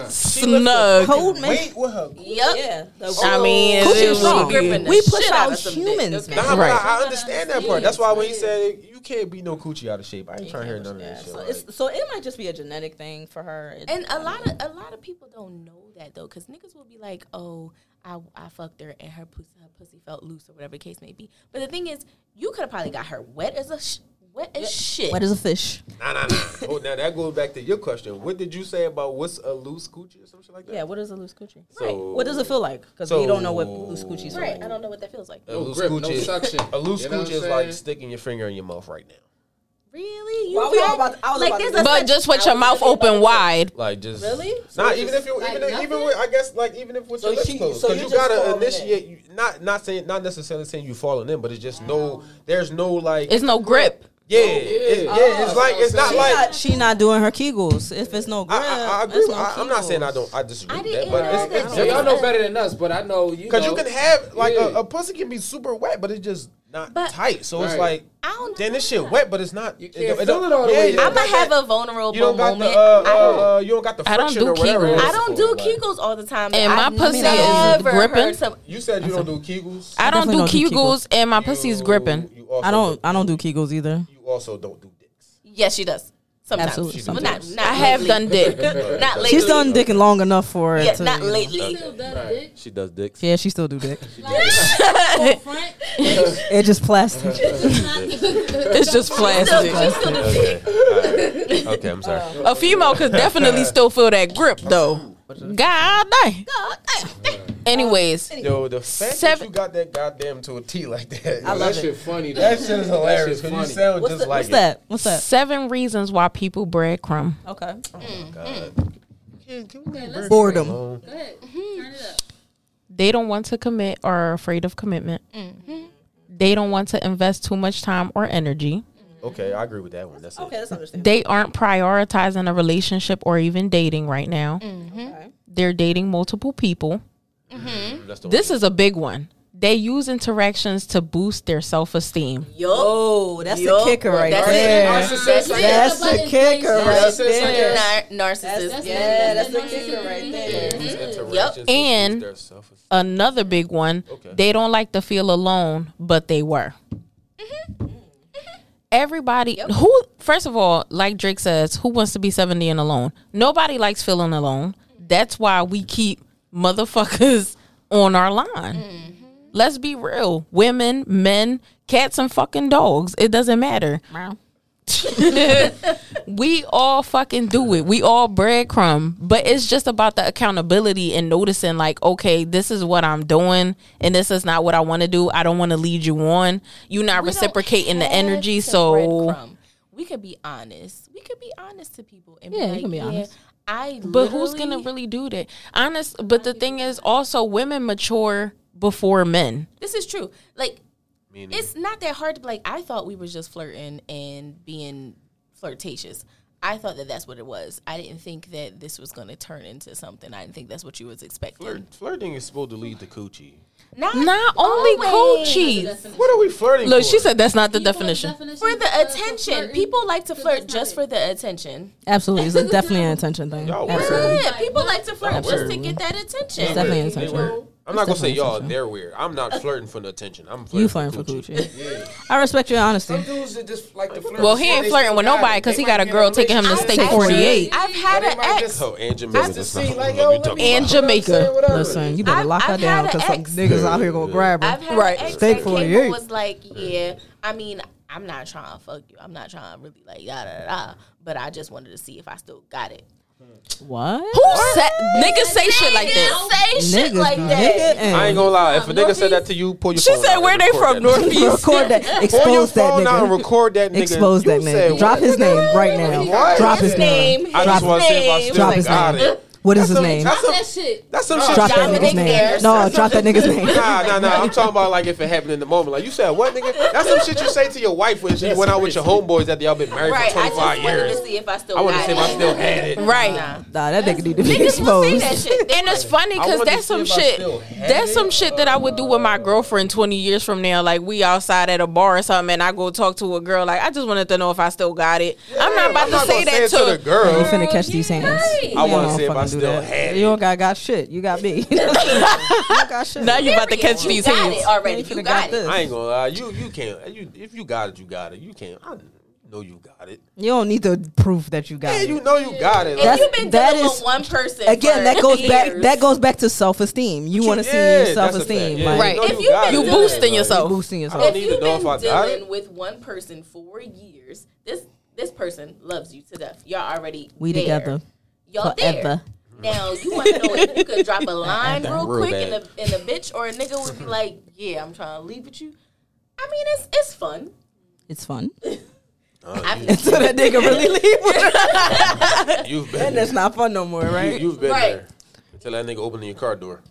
D: snug."
A: Cold man.
E: Wait, what her?
H: Yep.
A: Yeah.
D: I mean,
A: Coochie
D: it
A: is
D: would
A: strong.
D: be-
H: Gripping the
A: We push
H: shit
A: out
H: of some
A: humans,
H: dick.
A: man.
H: Okay.
E: Nah,
D: Right.
E: but I, I understand that part. That's why when he said you can't be no coochie out of shape, I ain't trying to hear none of that shit.
A: So,
E: like-
A: it's, so it might just be a genetic thing for her. It-
H: And a lot of a lot of people don't know that though, because niggas will be like, "Oh, I, I fucked her and her pussy her pussy felt loose or whatever the case may be." But the thing is, you could have probably got her wet as a sh- wet as shit.
A: Wet as a fish.
E: Nah, nah, nah. oh, now that goes back to your question. What did you say about what's a loose coochie or something like that?
A: Yeah, what is a loose coochie?
E: So-
A: What does it feel like? Because we don't know what loose coochies
H: right?
A: are.
H: I don't know what that feels like.
E: A loose
C: grip, no
E: coochie.
C: suction.
E: A loose
C: You know what
E: coochie
C: I'm
E: is like
C: saying?
E: sticking your finger in your mouth right now.
H: Really? You
A: Why we
H: felt-
A: all about- I was
H: like
A: about to-
H: there's a
D: But
H: such-
D: just with your mouth open wide,
E: Like just
A: Really?
E: Nah, even if you even if, even with I guess like even if with your lips
A: she-
E: closed,
A: so
E: because
A: you
E: you,
A: just
E: gotta
A: falling in.
E: initiate. You, not not saying not necessarily saying you falling in, but it's just
H: Oh.
E: no. There's no like
D: it's no grip.
E: yeah it- yeah.
H: Oh,
E: It's like it's not
A: She
E: like
A: not, she not doing her Kegels. If it's no grip,
E: I, I, I agree.
A: it's
E: With,
A: no
E: I, am not
A: Kegels.
E: saying I don't. I disagree
H: I
E: with that,
H: didn't
E: but
H: know
E: it's, it's
H: that. I
C: Yeah,
H: don't
E: different.
C: y'all know better than us, but I know you.
E: Because you
C: know-
E: can have like
C: Yeah.
E: a, a pussy can be super wet, but it's just not
H: But-
E: tight. So it's
C: Right.
E: like
H: I don't
E: then
H: know.
E: this shit wet, but it's not.
C: You can't
E: don't-
C: feel it all the way.
E: you don't
H: I'm gonna
E: got
H: have
E: that-
H: a vulnerable
E: You don't got
H: moment.
E: the uh,
H: I,
E: uh, uh, you don't got the
D: I don't
E: friction
D: do
E: or whatever.
D: Kegels.
E: it's
H: I don't
E: for,
H: do
E: like-
H: Kegels all the time.
D: And my
H: I've
D: pussy
H: never
D: is gripping.
H: heard some-
E: You said you don't do Kegels.
D: I don't do
A: definitely don't do
D: Kegels, and my pussy is
E: You-
D: gripping.
E: You also
A: I don't. I don't do Kegels either.
E: You also don't do dicks.
H: Yes, she does. Sometimes.
A: Absolutely,
H: Well, not,
A: sometimes.
H: not
D: I have
H: lately.
D: done dick.
H: Not lately.
A: She's done dicking long enough for it
H: Yeah,
A: to.
H: not lately.
G: Still does dick.
E: She does dicks.
A: Yeah, she still do dick.
G: Front.
A: It just plastic.
D: It's just plastic.
H: She still does dick.
E: Okay. okay, I'm sorry.
D: A female could definitely still feel that grip, though. God dang. Anyways,
E: Yo, the fact that
D: Seven-
E: you got that goddamn to a T like that.
A: I love
E: yo,
C: That
A: it.
C: shit funny. Though.
E: That shit is hilarious.
C: That
E: Cause
C: shit
E: you
C: funny.
E: sound
A: What's,
E: just
A: the,
E: like
A: what's
E: it.
A: that? What's that?
D: seven reasons why people breadcrumb.
A: Okay.
E: Oh
H: Mm-hmm.
G: let's-
A: Boredom.
G: Go ahead. Turn it up.
D: They don't want to commit or are afraid of commitment. They don't want to invest too much time or energy.
E: Okay, I agree with that one. That's
A: Okay, that's understandable.
D: They aren't prioritizing a relationship or even dating right now. They're dating multiple people.
E: it. That's the
D: This is a big one. They use interactions to boost their self esteem.
H: Yo.
A: Oh, that's the
H: Yup.
A: kicker right
H: That's it.
A: there.
C: Narcissist,
H: That's
C: like-
H: it.
A: That's the kicker right
C: Narcissist.
A: there.
H: Nar- narcissist.
A: Yeah, that's the kicker right there.
E: Interactions
D: And-
E: boost their self-esteem.
D: Another big one.
E: Okay.
D: They don't like to feel alone, but they were. Everybody who, first of all, like Drake says, who wants to be seventy and alone? Nobody likes feeling alone. That's why we keep motherfuckers on our line. Let's be real: women, men, cats, and fucking dogs. It doesn't matter. we all fucking do it. We all breadcrumb, but it's just about the accountability and noticing, like, okay, this is what I'm doing, and this is not what I want to do. I don't want to lead you on. You're not
H: We don't
D: reciprocating the
H: have
D: energy,
H: to
D: so
H: breadcrumb. we could be honest. We could be honest to people. And
D: Yeah,
H: be
D: you
H: like,
D: can be
H: yeah,
D: honest.
H: I.
D: but who's
H: literally-
D: gonna really do that? Honest, but the thing is, also women mature before men.
H: This is true. Like,
E: Meaning-
H: it's not that hard to be like. I thought we was just flirting and being flirtatious. I thought that that's what it was. I didn't think that this was going to turn into something. I didn't think that's what you was expecting.
E: Flirt, flirting is supposed to lead to coochie.
H: Not,
D: Not only
H: always.
D: coochies.
E: What are we flirting
D: Look,
E: for?
D: she said that's not the definition.
H: for the attention. People like to flirt just for the attention.
A: Absolutely, it's definitely an attention thing.
E: Y'all
A: Absolutely.
E: weird.
H: Yeah, people like to flirt
E: Not
H: just to
E: weird.
H: get that attention.
A: It's definitely
E: They
A: intentional.
E: weird. I'm not
A: It's
E: gonna say
A: definitely
E: y'all.
A: intentional.
E: They're weird. I'm
D: Uh,
E: not flirting for the attention. I'm flirting
A: You
E: for,
A: flirting for
E: coochie.
A: coochie. I respect your honesty.
C: Some dudes that just like to flirt.
D: Well, he ain't flirting with nobody because he got a girl taking him to state
A: Actually-
D: 48.
H: I've had an ex.
E: Oh, and Jamaica.
C: Just to
E: That's
C: see,
E: not
C: like,
E: what
C: yo,
E: we
C: let
E: talking
C: me-
D: And
E: about.
D: Jamaica.
C: Whatever.
A: Listen, you better
H: I've-
A: lock her
H: I've
A: down
H: had a
A: because some
H: ex.
A: niggas out here gonna grab her.
H: I've had
D: Right.
H: an ex
A: Steak
H: that
A: for
H: came
A: you.
H: and was like, yeah, I mean, I'm not trying to fuck you. I'm not trying to really like yada da da. But I just wanted to see if I still got it.
A: what?
D: Who said niggas say shit like that?
H: Say shit
A: Niggas
H: like
A: be
H: that.
A: nigga
E: I
A: and
E: ain't gonna lie. If a nigga said that to you, pull your.
D: She
E: phone
D: said,
E: out
D: "Where
E: and
D: they
E: record
D: from?
E: that.
D: Northeast."
A: record that.
E: Pull your
A: Expose that
E: phone out and
A: nigga.
E: record that nigga.
A: Expose
E: You
A: that
E: said
A: nigga.
E: what?
A: Drop his name right now.
E: What?
A: Drop his
H: His
A: name.
H: name.
E: I
A: Drop
E: just want to see if I
H: his
E: still
A: Drop his
E: got
A: name.
E: it.
A: What is
E: That's
A: his
E: some-
A: name?
E: That's some,
G: That shit.
E: that's some shit.
A: Drop that
H: Dominic
A: nigga's name.
H: Anderson.
A: No, drop that nigga's name.
E: Nah, nah, nah. I'm talking about like if it happened in the moment. Like you said, what nigga? That's some shit you say to your wife when she went out with your homeboys after y'all been married
H: Right.
E: for
H: I just
E: 25
H: wanted
E: years.
H: to see if I still
E: I want to
H: got
E: see
H: it.
E: if I still had it.
D: Right.
A: Nah, that nigga need to be
H: Niggas will say
A: exposed.
H: that shit. They
D: And it's funny
E: I
D: because
E: wanted to
D: that's
E: see
D: some
E: if I
D: shit.
E: still had
D: That's
E: it.
D: some shit that I would do with my girlfriend twenty years from now. Like we outside at a bar or something, and I go talk to a girl. Like I just wanted to know if I still got it. I'm not about
E: I'm
D: to
E: not
D: say
E: gonna
D: that
E: say it to the
D: to.
A: You
E: girl.
A: finna catch these hands.
E: I want to
A: don't
E: see if I
A: fucking do
E: still
A: that.
E: had
A: You
E: it.
A: don't got got shit. You got me. you got shit.
D: Now you about to catch these
H: got
D: hands.
H: it already.
A: You
H: You
A: finna
H: got it.
A: this.
E: I ain't gonna lie. You you can't. You if you got it, you got it. You can't. I know you got it.
A: You don't need the proof that you got
E: Yeah,
A: it.
E: you know you got it.
A: That's-
H: You've been
A: That
H: dealing
A: is-
H: with one person.
A: Again,
H: for
A: that goes back.
H: years.
A: That goes back to self esteem. You want to
E: yeah,
A: see your
E: that's a fact.
A: self esteem,
E: Yeah,
A: like
D: Right.
E: know
D: If
H: you've
E: got
H: been
E: it.
D: You
H: Yeah.
D: boosting
E: Like,
D: yourself.
A: boosting yourself.
E: don't
H: if
E: need
H: you've
E: to know
H: been
E: if I got
H: dealing
E: it.
H: with one person for years, this this person loves you to death. Y'all already
A: We
H: there.
A: together
H: Y'all
A: forever.
H: there. Now you want to know if you could drop a line real
E: real
H: quick, and
E: bad.
H: a, and a bitch or a nigga would be like, "Yeah, I'm trying to leave with you." I mean, it's it's fun.
A: It's fun.
H: I,
A: So that nigga really leave with her.
E: You've been
A: And
E: there.
A: that's not fun no more, right?
E: You've been
H: Right.
E: there. Until that nigga opening your car door.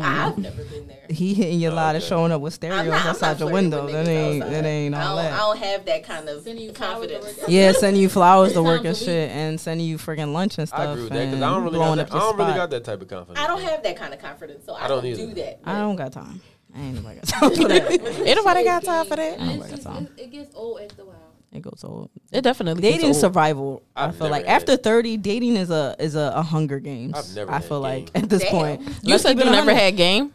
H: I've never been there.
A: He hitting your lot and
E: okay.
A: showing up with
H: I'm
A: stereos
H: not, I'm not
A: outside your
H: flirting
A: window.
H: with
A: That
H: niggas
A: ain't
H: outside.
A: that ain't all
H: I don't, I
A: that.
H: don't have that kind of confidence.
A: Yeah, sending you flowers to work and
G: Sounds elite.
A: shit, and sending you freaking lunch and stuff.
E: I agree with that because
A: and
E: I don't really got
A: blowing
E: that.
A: up
E: I
A: your
E: don't really
A: spot.
E: got that type of confidence.
H: I don't have that kind of confidence, so I,
E: don't
H: don't,
E: either.
H: do that.
A: I don't got time. I ain't nobody got time for that.
D: Ain't nobody got time for that.
A: Oh my
G: It's
A: God,
G: just,
A: Tom.
G: it, it gets old after a while.
A: It goes old.
D: It definitely. gets
A: Dating
D: old.
A: is survival. i
E: I've
A: feel
E: never
A: like
E: had
A: after thirty, dating is a is a, a Hunger Games.
E: I've never
A: I
E: had
A: feel like
E: game.
A: at this
H: Damn.
A: point,
D: You
A: Let's
D: said you
A: keep it a
D: never
A: hundred.
D: had game.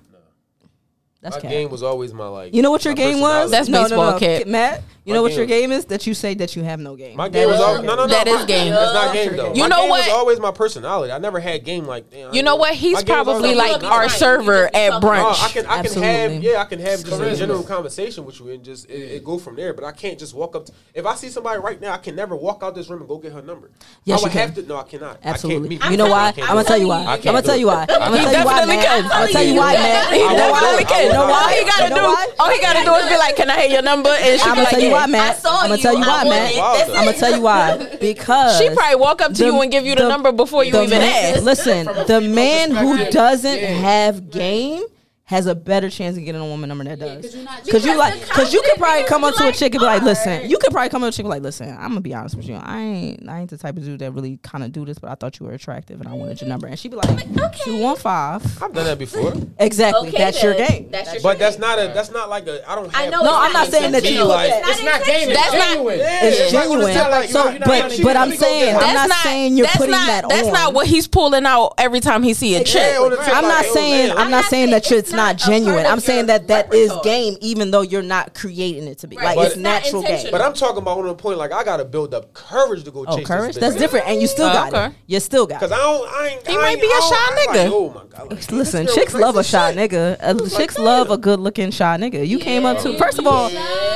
A: That's
E: My
A: cap.
E: game was always my like.
A: You know what your
E: my
A: game was?
E: personality.
D: That's baseball cap.
A: Matt. You
E: My
A: know what
E: game
A: your
E: was-
A: game is? That you say that you have no game.
E: my
A: That
E: game was
A: is your
E: always no no no.
D: That is
E: my-
D: game.
E: That's not game though.
D: You
E: My
D: know
E: game
D: what?
E: Was always my personality. I never had game like. Damn,
D: You know what? He's
E: My game was
D: probably
E: always
D: like
E: my
D: our
E: personality.
D: server at
E: No, Uh, Oh, I
D: brunch.
E: can, I can have,
A: Absolutely.
E: yeah, I can have just a general conversation with you and just it, it go from there. But I can't just walk up. To, if I see somebody right now, I can never walk out this room and go get her number.
A: Yes,
E: I would
A: you can.
E: have to. No, I cannot. I
A: Absolutely.
E: can't meet
A: You know
E: her. I
A: why?
E: can't
A: I'm gonna
E: do
A: tell
E: it.
A: you why.
E: I
A: I'm
E: can't
A: gonna
E: do
A: tell
E: it.
A: you why. I'm
E: He
A: gonna tell you why,
D: definitely
A: Matt.
D: can.
A: I'm gonna tell you why, Matt.
D: He
A: You know why?
D: definitely can.
A: You know
D: All
A: why?
D: he gotta
A: You know why?
D: do, all Oh, he gotta do is be like, "Can I have your number?" And she
A: I'm
D: be
A: gonna
D: like,
A: tell you
D: "Yeah."
A: why, Matt.
H: saw
A: I'm gonna
H: you.
A: tell you
H: I
A: why,
H: wanted
A: Matt.
H: it.
E: That's
A: I'm gonna tell you why because
D: She probably walk up to
A: the-
D: you and give you the,
A: the-
D: number before you
A: the
D: even
A: man-
D: ask.
A: Listen, the man who
C: perspective.
A: doesn't
C: Yeah.
A: have game has a better chance of getting a woman number that does.
G: you're not-
A: Cause you
H: Because
A: like,
H: the
A: cause you could
H: confident
A: probably
H: niggas
A: come
H: be
A: up to a
H: like,
A: chick and be like, "Listen,"
H: "Alright."
A: you could probably come up to a chick and be like, "Listen, I'm gonna be honest with you. I ain't, I ain't the type of dude that really kind of do this, but I thought you were attractive and I wanted your number." And she'd be like,
H: okay.
A: two one five,
E: I've done that before,
A: exactly.
H: Okay,
A: that's
H: then.
A: your game."
H: That's your
E: but that's
H: game.
E: not a. That's not like a. I don't. Have
H: I know.
A: No,
H: it's
A: I'm not saying that you
H: intentional.
A: do
E: Like,
H: It's not
C: It's not
H: intentional.
C: game. It's
D: That's not-
C: genuine.
A: It's
E: Yeah.
A: genuine.
E: It's not like
A: so,
E: you're- you're not
A: but
E: gonna cheat
A: but
E: when
A: I'm
E: you go
A: saying
E: there.
A: I'm not, saying you're putting that on.
D: That's not what he's pulling out every time he see a chick.
E: Yeah, on the tip,
A: I'm
E: like,
A: not
E: oh,
A: saying
E: man.
A: I'm not saying that shit's not
H: not a part
A: genuine.
H: of
A: I'm saying that that
H: your
A: is
H: repertoire.
A: game, even though you're not creating it to be like
H: But-
A: it's
H: It's not
A: natural game.
H: intentional.
E: But I'm talking about on the point like I gotta build up courage to go.
A: Oh,
E: chase
A: courage?
E: This
A: That's different, and you still
D: Oh,
A: got
D: okay.
A: it. You still got
E: Because
A: it.
E: I don't. I ain't.
D: He
E: I
D: might
E: ain't-
D: be a
E: I don't-
D: shy
E: I'm like,
D: nigga.
E: oh my god. like,
A: Listen,
E: this girl
A: chicks
E: crazy
A: love a
E: as
A: shy
E: shit.
A: nigga.
D: Oh
A: Uh, chicks love a good-looking shy nigga. You came up to first of all,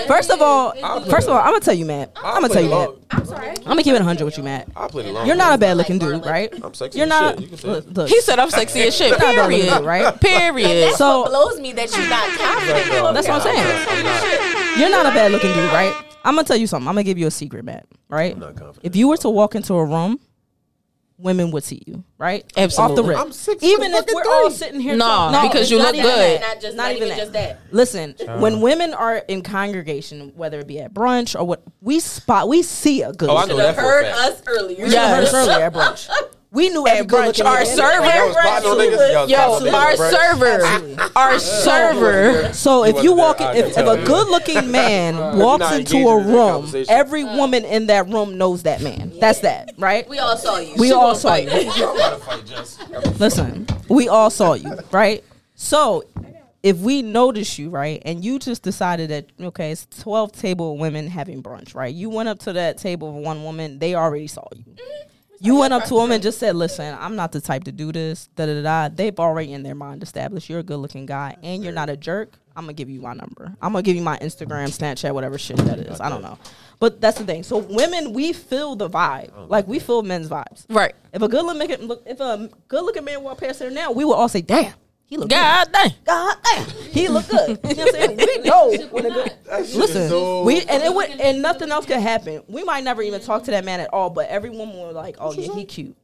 A: first of all,
E: I'll
A: first of
E: put-
A: all, I'm gonna tell you, Matt. I'm
E: I'll
A: gonna
E: play
A: tell you,
E: along.
A: Matt.
H: I'm sorry.
A: I'm gonna keep it 100 with you, Matt.
E: I'll play the long.
A: You're
E: game.
A: not a bad-looking dude, right?
E: I'm sexy.
A: You're
E: as
A: not.
E: Shit. You can say
A: Look,
E: that.
A: look,
D: He said I'm sexy as shit.
A: you're not a bad-looking
D: Period.
A: dude, right?
D: Period.
A: So-
H: What blows me that you're not confident. though.
A: That's what I'm saying.
E: I'm not.
A: You're not a bad looking dude, right? I'm gonna tell you something. I'm gonna give you a secret, Matt. Right?
E: not confident.
A: If you were to walk into a room women would see you, right?
D: Absolutely.
A: Off the rip.
E: I'm six
A: Even if
E: foot
A: we're
E: fucking
A: all
E: three.
A: sitting here,
D: No,
A: talking-
D: because
A: it's
D: you
A: not
D: look
A: even
D: good.
A: that.
B: Not just
A: Not
B: not
A: even
B: even
A: that.
B: just that.
A: Listen, when women are in congregation, whether it be at brunch or what, we spot, we see a good.
E: Oh, I
B: Should
E: know
B: have
E: that for
B: heard
E: a fact.
B: us earlier.
A: We heard it earlier at brunch. We knew every good
D: brunch,
A: looking
D: our
A: lady.
D: server-
E: Y'all was potting on niggas? Y'all was potting on niggas
D: Our
E: at brunch?
A: Absolutely.
D: server, our server.
A: So if you
E: wasn't
A: walk,
E: there. I
A: if,
E: can
A: if
E: tell.
A: a good-looking man walks
E: not
A: into
E: engaging
A: a
E: in that
A: room,
E: conversation.
A: every woman in that room knows that man. That's that, right?
B: We all saw you.
A: We all saw you.
E: I'm about to fight Jess.
A: Listen, we all saw you, right? So if we notice you, right, and you just decided that okay, it's twelve table women having brunch, right? You went up to that table of one woman, they already saw you. You went up to a woman and just said, Listen, I'm not the type to do this, da da da da. They've already in their mind established you're a good looking guy and you're not a jerk. I'm gonna give you my number. I'm gonna give you my Instagram, Snapchat, whatever shit that is. I don't know. But that's the thing. So women, we feel the vibe. Like we feel men's vibes.
D: Right.
A: If a good looking look- if a good looking man walked past there now, we would all say, "Damn, he look
D: God dang.
A: good. God damn, he look good." You know what I'm saying? We know when a good listen. we and it would and nothing else could happen. We might never even talk to that man at all, but every woman was like, "Oh yeah, he cute."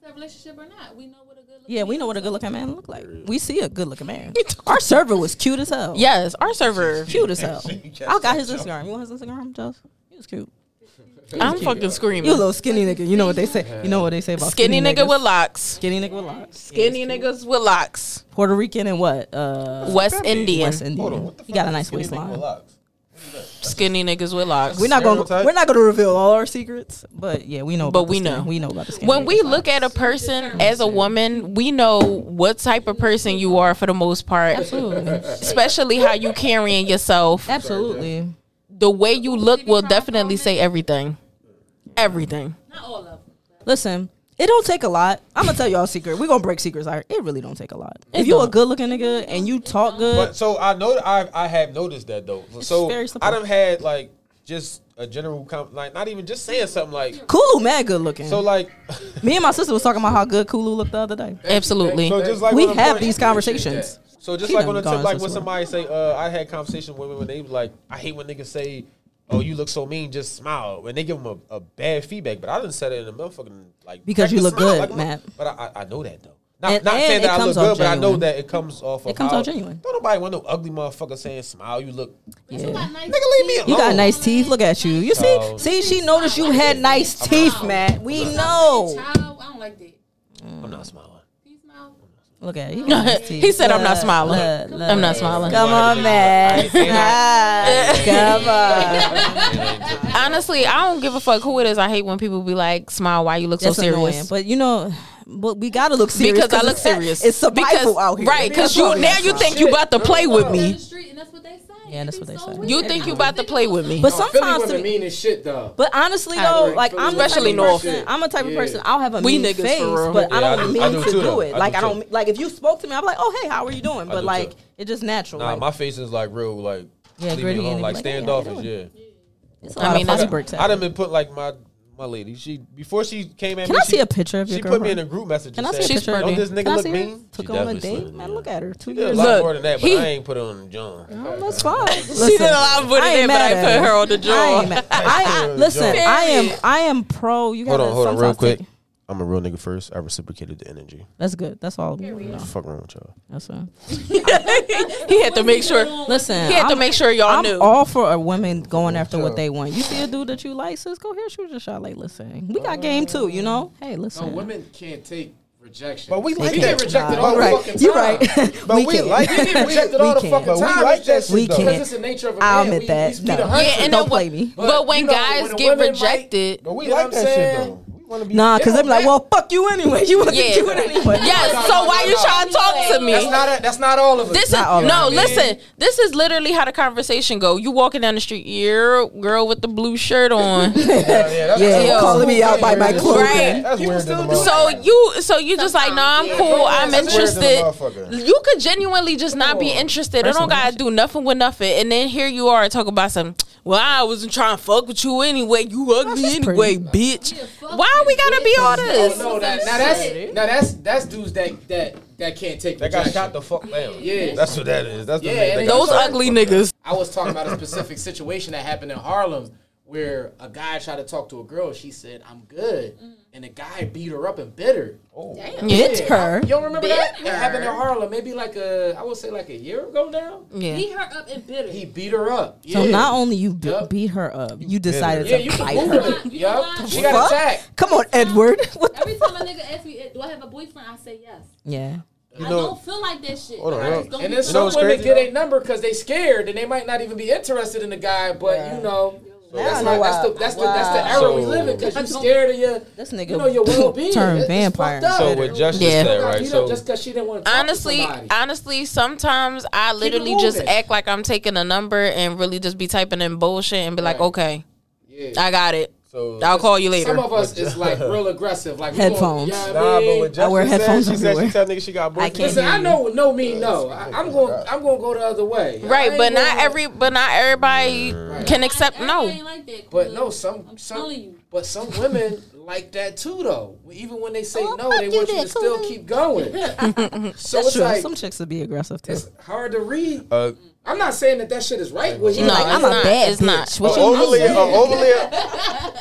G: That's a relationship or not. We know what a good look
A: Yeah, we know what a good looking man look like. We see a good looking man. Our server was cute as hell.
D: Yes, our server.
A: cute as hell. I got his Instagram. You want his Instagram, Josh? He was cute.
D: I'm fucking
A: You a
D: screaming.
A: little skinny nigga. You know what they say. You know what they say about
D: Skinny nigga
A: niggas.
D: with locks.
A: skinny nigga with locks.
D: Skinny niggas with locks.
A: Puerto Rican and what? Uh,
D: West Indian.
A: West Indian. he got a nice waistline.
D: Skinny niggas with locks.
A: We're not going. to
E: Stereotype?
A: We're not going to reveal all our secrets, but yeah, we know.
D: But
A: about the
D: we
A: skin.
D: know.
A: We know about the skin.
D: when we look at a person as a woman, we know what type of person you are for the most part.
A: absolutely,
D: Especially how you carrying yourself.
A: absolutely.
D: The way you look will definitely say everything. Everything.
G: Not all of them.
A: Listen, it don't take a lot. I'm gonna tell y'all a secret. We're gonna break secrets. Out. It really don't take a lot. if you a
D: don't.
A: good looking nigga and you talk good,
E: But so I know I I have noticed that though. so
A: very simple.
E: I done had like just a general com- like not even just saying something like
A: Kulu mad good looking.
E: so like
A: Me and my sister was talking about how good Kulu looked the other day.
D: Absolutely.
E: so just like
A: we
E: on a
A: have
E: point-
A: these conversations.
E: So just
A: She
E: like
A: done
E: on the tip,
A: gone
E: like
A: this
E: when
A: way.
E: somebody say, uh, I had conversation with women when they was like, I hate when niggas say, "Oh, you look so mean," just smile, and they give them a, a bad feedback. But I didn't say that in a motherfucking like
A: Because you
E: practice
A: look
E: smile,
A: good,
E: like a mother-
A: Matt.
E: But I, I I know that though. Not,
A: And-
E: not
A: and
E: saying
A: it
E: that I
A: comes off
E: look good, but I know
A: genuine.
E: that it comes off.
A: It
E: of
A: comes
E: how-
A: off genuine.
E: Don't nobody want no ugly motherfucker saying, "Smile, you look."
A: Yeah.
G: Nice
E: Nigga, leave me alone.
A: You got nice teeth. Look at you. You see,
E: Oh.
A: see, she noticed you had nice teeth, Matt. We know.
G: Child, I don't like that.
E: I'm not smiling.
G: He smile.
A: Look at it. He got nice teeth.
D: He said, "I'm not
A: Look,
D: smiling.
A: look, look.
D: I'm not smiling.
A: Come on, Matt. Ah, Come on.
D: Honestly, I don't give a fuck who it is. I hate when people be like, smile, why you look
A: That's
D: so serious.
A: annoying, but you know, but we gotta look serious
D: because I look
A: it's-
D: serious.
A: It's survival
D: Because-
A: out here,
D: Right, because
A: That's
D: you
A: all we
D: now
A: gotta
D: you
A: say.
D: think you about to play with me.
G: The street, and that's what they say.
A: Yeah,
G: It
A: that's
G: be
A: what they
G: so
A: say.
G: weird.
D: You think you about to play with me.
A: But
C: Philly
A: sometimes,
C: women
A: to me,
C: mean as shit though.
A: but honestly
C: I
A: though,
C: agree.
A: like I'm
D: Especially
A: the type of
D: North.
A: person- I'm a type of person. I'll have a
D: We
A: mean
D: niggas for
A: face,
D: real.
A: but I
E: Yeah, I
A: don't
E: do-
A: mean
E: I do
A: to
E: too,
A: do
E: though.
A: it.
E: I
A: like
E: do
A: I
E: too.
A: don't like if you spoke to me, I'm like, oh hey, how are you doing? But
E: do
A: like
E: too.
A: it's just natural.
E: Nah,
A: like,
E: my face is like real, like
A: Yeah,
E: leave me
A: gritty and
E: alone,
A: it
E: like
A: be like, "Hey, how you
E: standoffish.
A: doing?"
E: Yeah.
A: it's
D: I mean,
A: I
D: that's-
A: mean, breaks.
E: I
A: out.
E: done been put like my my lady. She before she came at
A: Can
E: me.
A: I
E: she,
A: see a picture of your
E: She put me
A: girlfriend?
E: in a group message.
A: Can
E: and
A: I see a
E: said,
A: picture of
E: Don't
A: her?
E: this nigga
A: Can I
E: look
A: see her?
E: mean?
A: Took her
E: She
A: on a
E: definitely
A: date.
E: slim,
A: Man,
E: yeah.
A: look at her. Two
E: She did a
A: years.
E: lot
D: Look,
E: more than that, but
D: he-
E: I ain't put it on John.
A: old. That's fine.
D: She
A: Listen,
D: did a lot more than
A: I
D: that, but I
A: ain't mad at
D: put her on the
A: I,
D: jaw.
A: ain't mad. I, I listen.
E: Period.
A: I am. I am pro. You
E: Hold
A: gotta
E: on, hold on,
A: sometimes
E: real quick.
A: take-
E: I'm a real nigga first. I reciprocated the energy.
A: that's good. That's all. we wanna know.
E: Fuck wrong with y'all.
A: That's fine.
D: He had to make sure.
A: Listen,
D: He had to
A: I'm-
D: make sure y'all
A: I'm
D: knew.
A: all for a woman going after what they want. You see a dude that you like, sis, go here, shoot your shot. Like, listen, we
D: Oh,
A: got game too. You know, hey,
C: No,
A: listen.
C: women can't take rejection.
E: But we like
C: we
E: that.
C: get rejected all
A: All
C: the
A: right,
C: fucking
A: you're
C: time.
A: right.
E: But we
A: can.
E: like
C: We get rejected all the
A: We
C: fucking
A: can't.
C: time.
E: But we like that
C: Rejection,
E: shit,
A: though.
C: Because it's the nature of a man.
A: I'll admit
C: we,
A: that.
C: We speed
A: No.
C: a hundred.
D: Yeah, and
A: Don't
D: no,
A: play
D: but,
A: me.
D: But when
C: you know,
D: guys
C: when a
D: get
C: woman
D: rejected,
E: But we
C: You know
E: like
C: what
E: that
C: I'm
E: shit
C: saying?
E: though. We wanna be
A: Nah, because they be like,
C: that-
A: well, fuck you anyway. You wasn't
D: Yeah.
A: doing anyway.
D: yes.
C: No,
D: so
C: no,
D: why
C: no,
D: you
C: no.
D: trying to talk to me?
C: That's not. A, that's not all of us.
D: This is
A: Not all of
D: no.
A: them.
D: Listen, this is literally how the conversation go. You walking down the street, you girl with the blue shirt on.
E: Yeah, yeah, that's
A: Yeah,
D: Yo.
A: calling me out by my
E: Right.
A: clothes.
D: Right.
E: That's
C: People
E: weird.
C: still
E: than a
C: do
E: motherfucker.
D: So you, so you just like, no, I'm cool. I'm
E: That's weird than a
D: interested.
E: motherfucker.
D: You could genuinely just not be interested. I don't
A: Personal
D: gotta do nothing with nothing. And then here you are talking about some. Well, I wasn't trying to fuck with you anyway. You ugly
A: she's
D: anyway, bitch. Why we gotta be all
C: Oh,
D: this?
C: no, that, now that's now that's that's dudes that that that can't take
E: They got
C: rejection.
E: shot the fuck down.
C: Yeah.
E: That's what that is. That's the
C: Yeah,
E: nigga that
C: and
E: got
D: Those
E: shot the
D: ugly
E: fuck down.
D: niggas.
C: I was talking about a specific situation that happened in Harlem where a guy tried to talk to a girl. She said, "I'm good," and the guy beat her up and bit her.
D: It's her.
C: You don't remember
H: Bit
C: that? It
H: her.
C: happened in Harlem, maybe like a I would say like a year ago now.
D: Yeah.
G: Beat her up and bitter.
C: He beat her up. Yeah.
A: So not only you b-
C: Yup.
A: beat her up, you decided
C: yeah, you
A: to
C: can
A: fight
C: Google
A: her.
C: it.
G: You know
C: Yup.
G: what?
C: she got
A: Fuck.
C: attacked.
A: Come on, Edward. What the-
G: Every time a nigga asks me, do I have a boyfriend? I say yes.
A: yeah.
G: I
E: know-
G: don't feel like that shit.
E: Hold on,
G: I
E: hold
G: just
E: on.
G: don't
C: And
G: feel
C: then
E: know
C: some
E: what's
G: like-
C: women
E: crazy,
C: get
E: though?
C: a number because they scared and they might not even be interested in the guy. But you know,
A: I
C: that's,
A: know
C: not, that's
A: why-
C: the that's the that's the era we
E: So-
C: live in because you scared of your
A: This nigga
C: you know your well being
A: turned vampire.
E: So what Justice
D: Yeah.
E: said, right? So
C: just because she didn't want to talk to
D: Honestly,
C: somebody.
D: honestly, sometimes I literally
C: it
D: just
C: moving.
D: act like I'm taking a number and really just be typing in bullshit and be like,
C: Right.
D: okay,
C: yeah.
D: I got it.
E: so
D: I'll call you later.
C: Some of us is like real aggressive, like we gonna-
A: Headphones.
C: yeah, I
E: Nah,
C: mean,
E: but what Justice
A: I wear headphones
E: said, she said
A: everywhere.
E: she tell nigga she got a boyfriend.
A: can't
C: Listen, I know what no mean no.
E: that's-
C: I, I'm going. I'm going to go the other way.
D: Right,
C: I
D: but
C: ain't
D: not
C: gonna-
D: every, but not everybody can accept.
G: Everybody
D: No,
G: ain't like that.
C: But
G: Cool.
C: no, some.
G: I'm
C: some
G: telling you.
C: But some women like that too, though. Even when they say
A: Oh,
C: no,
A: fuck
C: they
A: you
C: want you
A: then,
C: to still
A: cool.
C: keep going. so
A: That's
C: it's
A: true.
C: like
A: Some chicks would be aggressive too.
C: it's hard to read.
E: Uh,
C: I'm not saying that that shit is right with you.
D: No,
A: like,
D: it's
A: I'm a
D: not.
A: bad
D: It's
A: bitch.
D: not.
A: What
E: a
A: you
E: overly,
A: mean?
E: a overly,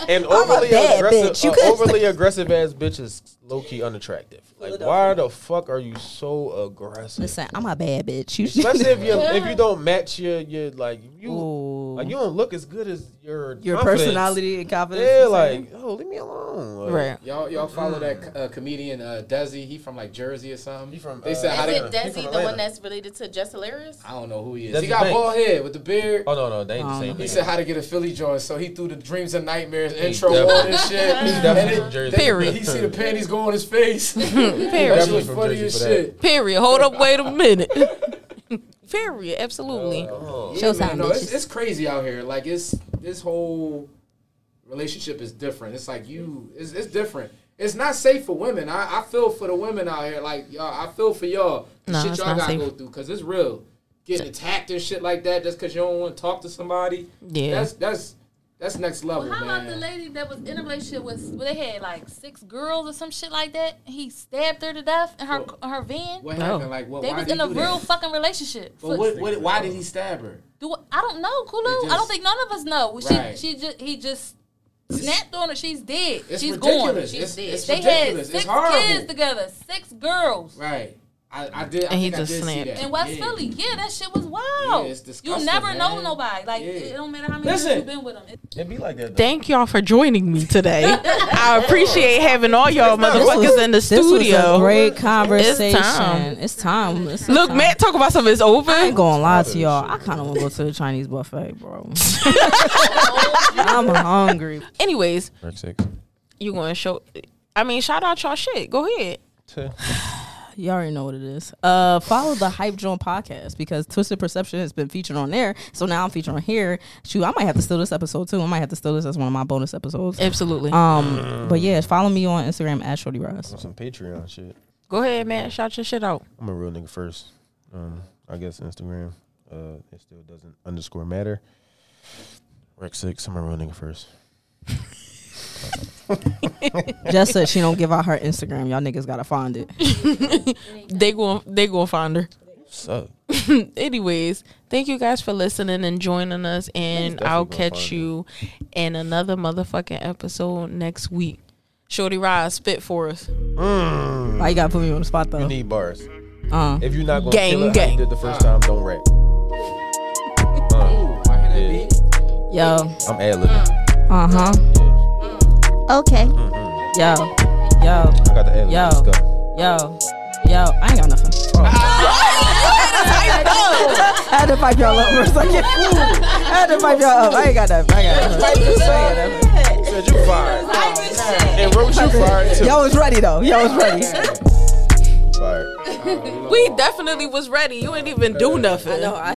E: an overly
A: bad bitch. You
E: aggressive, a
A: could've
E: overly aggressive ass bitch is low key unattractive. Like, why the fuck are you so aggressive?
A: Listen, I'm a bad bitch. You
E: Especially if you if you don't match your your like you
A: Ooh.
E: like you don't look as good as your
A: your
E: confidence.
A: personality and confidence.
E: Yeah,
A: is
E: like oh, leave me alone. Like,
D: right.
C: Y'all, y'all follow that uh, comedian uh, Desi? He from like Jersey or something.
E: He from,
C: They
E: uh,
C: said how
E: Is
C: they.
E: it-
H: Is
E: He from
H: Desi the
E: Atlanta.
H: one that's related to Just Hilarious?
C: I don't know who he is.
E: Desi
C: he got
E: Banks.
C: bald head with the beard.
E: Oh no, no, they ain't the same.
A: Um,
E: nigga.
C: He said how to get a Philly joint, so he threw the dreams and nightmares intro
E: definitely-
C: on and shit.
E: He's
C: And
E: definitely
C: it-
E: from Jersey.
C: they-
D: Period.
C: He see the panties go on his face. That
D: Period.
E: Definitely
C: shit
E: from
C: funny
E: Jersey
C: as
E: for that.
C: shit.
D: Period. Hold up. Wait a minute. Period. Absolutely.
C: Uh,
E: Oh.
C: Yeah,
A: Showtime,
C: man, no, it's,
A: bitches.
C: it's crazy out here. Like it's this whole relationship is different. It's like you, it's, it's different. It's not safe for women. I, I feel for the women out here. Like y'all, I feel for y'all. The
D: No,
C: shit
D: it's
C: y'all
D: not
C: gotta
D: safe.
C: go through because it's real. Getting attacked and shit like that just because you don't want to talk to somebody.
D: Yeah.
C: that's that's that's next level,
G: How about the
C: man.
G: lady that was in a relationship with where they had like six girls or some shit like that? He stabbed her to death in her her van.
C: what happened? Like, what?
G: Oh. They
C: why
G: was
C: did
G: in
C: he
G: a
C: do that?
G: real fucking relationship.
C: But what, what? Why did he stab her?
G: Do I don't know, Kulu.
C: It
G: I
C: just-
G: don't think none of us know.
C: Right.
G: She she just he just snapped on her. She's dead.
C: It's
G: She's gone.
C: ridiculous.
G: She's
C: It's-
G: dead.
C: it's
G: they had
C: ridiculous. It's
G: six
C: horrible.
G: kids together, six girls
C: Right. I, I did. I
D: And he
C: think I
D: just
C: did see
D: snapped.
C: that.
G: in West
C: Yeah.
G: Philly. Yeah, that shit was wild.
C: Yeah, it's
G: you
C: disgusting,
G: never know
C: man.
G: nobody. Like
C: Yeah.
G: it don't matter how many
C: Listen.
G: years you've been with them.
E: It be like that. Though.
D: Thank y'all for joining me today. I appreciate having all y'all
A: This was-
D: motherfuckers in the
A: this was a
D: studio.
A: great conversation. It's
D: time.
A: time. It's time. It's
D: Look,
A: time.
D: Matt, talk about something. It's over.
A: I ain't gonna lie to y'all. I kind of want to go to the Chinese buffet, bro. I'm hungry.
D: Anyways,
E: Six.
D: you going to show? I mean, shout out y'all shit. Go ahead.
A: You already know what it is. Uh, follow the Hype Joint podcast because Twisted Perception has been featured on there. So now I'm featured on here. Shoot, I might have to steal this episode too. I might have to steal this as one of my bonus episodes.
D: Absolutely.
A: Um, but yeah, follow me on Instagram at Shorty Ross.
E: Some Patreon shit.
D: Go ahead, Matt. Shout your shit out.
E: I'm a real nigga first. Um, I guess Instagram. Uh, it still doesn't underscore matter. Rec six. I'm a real nigga first.
A: Just said she don't give out her Instagram. Y'all niggas gotta find it.
D: They going they going to find her.
E: Suck.
D: Anyways, thank you guys for listening and joining us and
E: definitely
D: I'll
E: gonna
D: catch
E: find
D: you in another motherfucking episode next week. Shorty Rise, spit for us.
A: Why you gotta put me on the spot though?
E: You Mm. need bars.
A: Uh.
E: If you're not gonna
D: Gang,
E: kill it how
D: gang.
E: you did the first time, don't rap. Uh,
C: Ooh, I hear that
E: Yeah.
C: beat.
A: Yo.
E: I'm ad libbing.
A: Uh huh. Okay. Yo. Yo.
E: I got the ad lib.
A: Yo.
E: Let's go.
A: Yo. Yo. I ain't got nothing. I had to pipe y'all up for a second. I had to pipe y'all up. I ain't got nothing. I ain't got nothing.
E: You said you fired. and Roach, you fired too.
A: Y'all was ready though. Y'all was ready.
E: Fired.
D: We definitely was ready. You ain't even do nothing.
A: I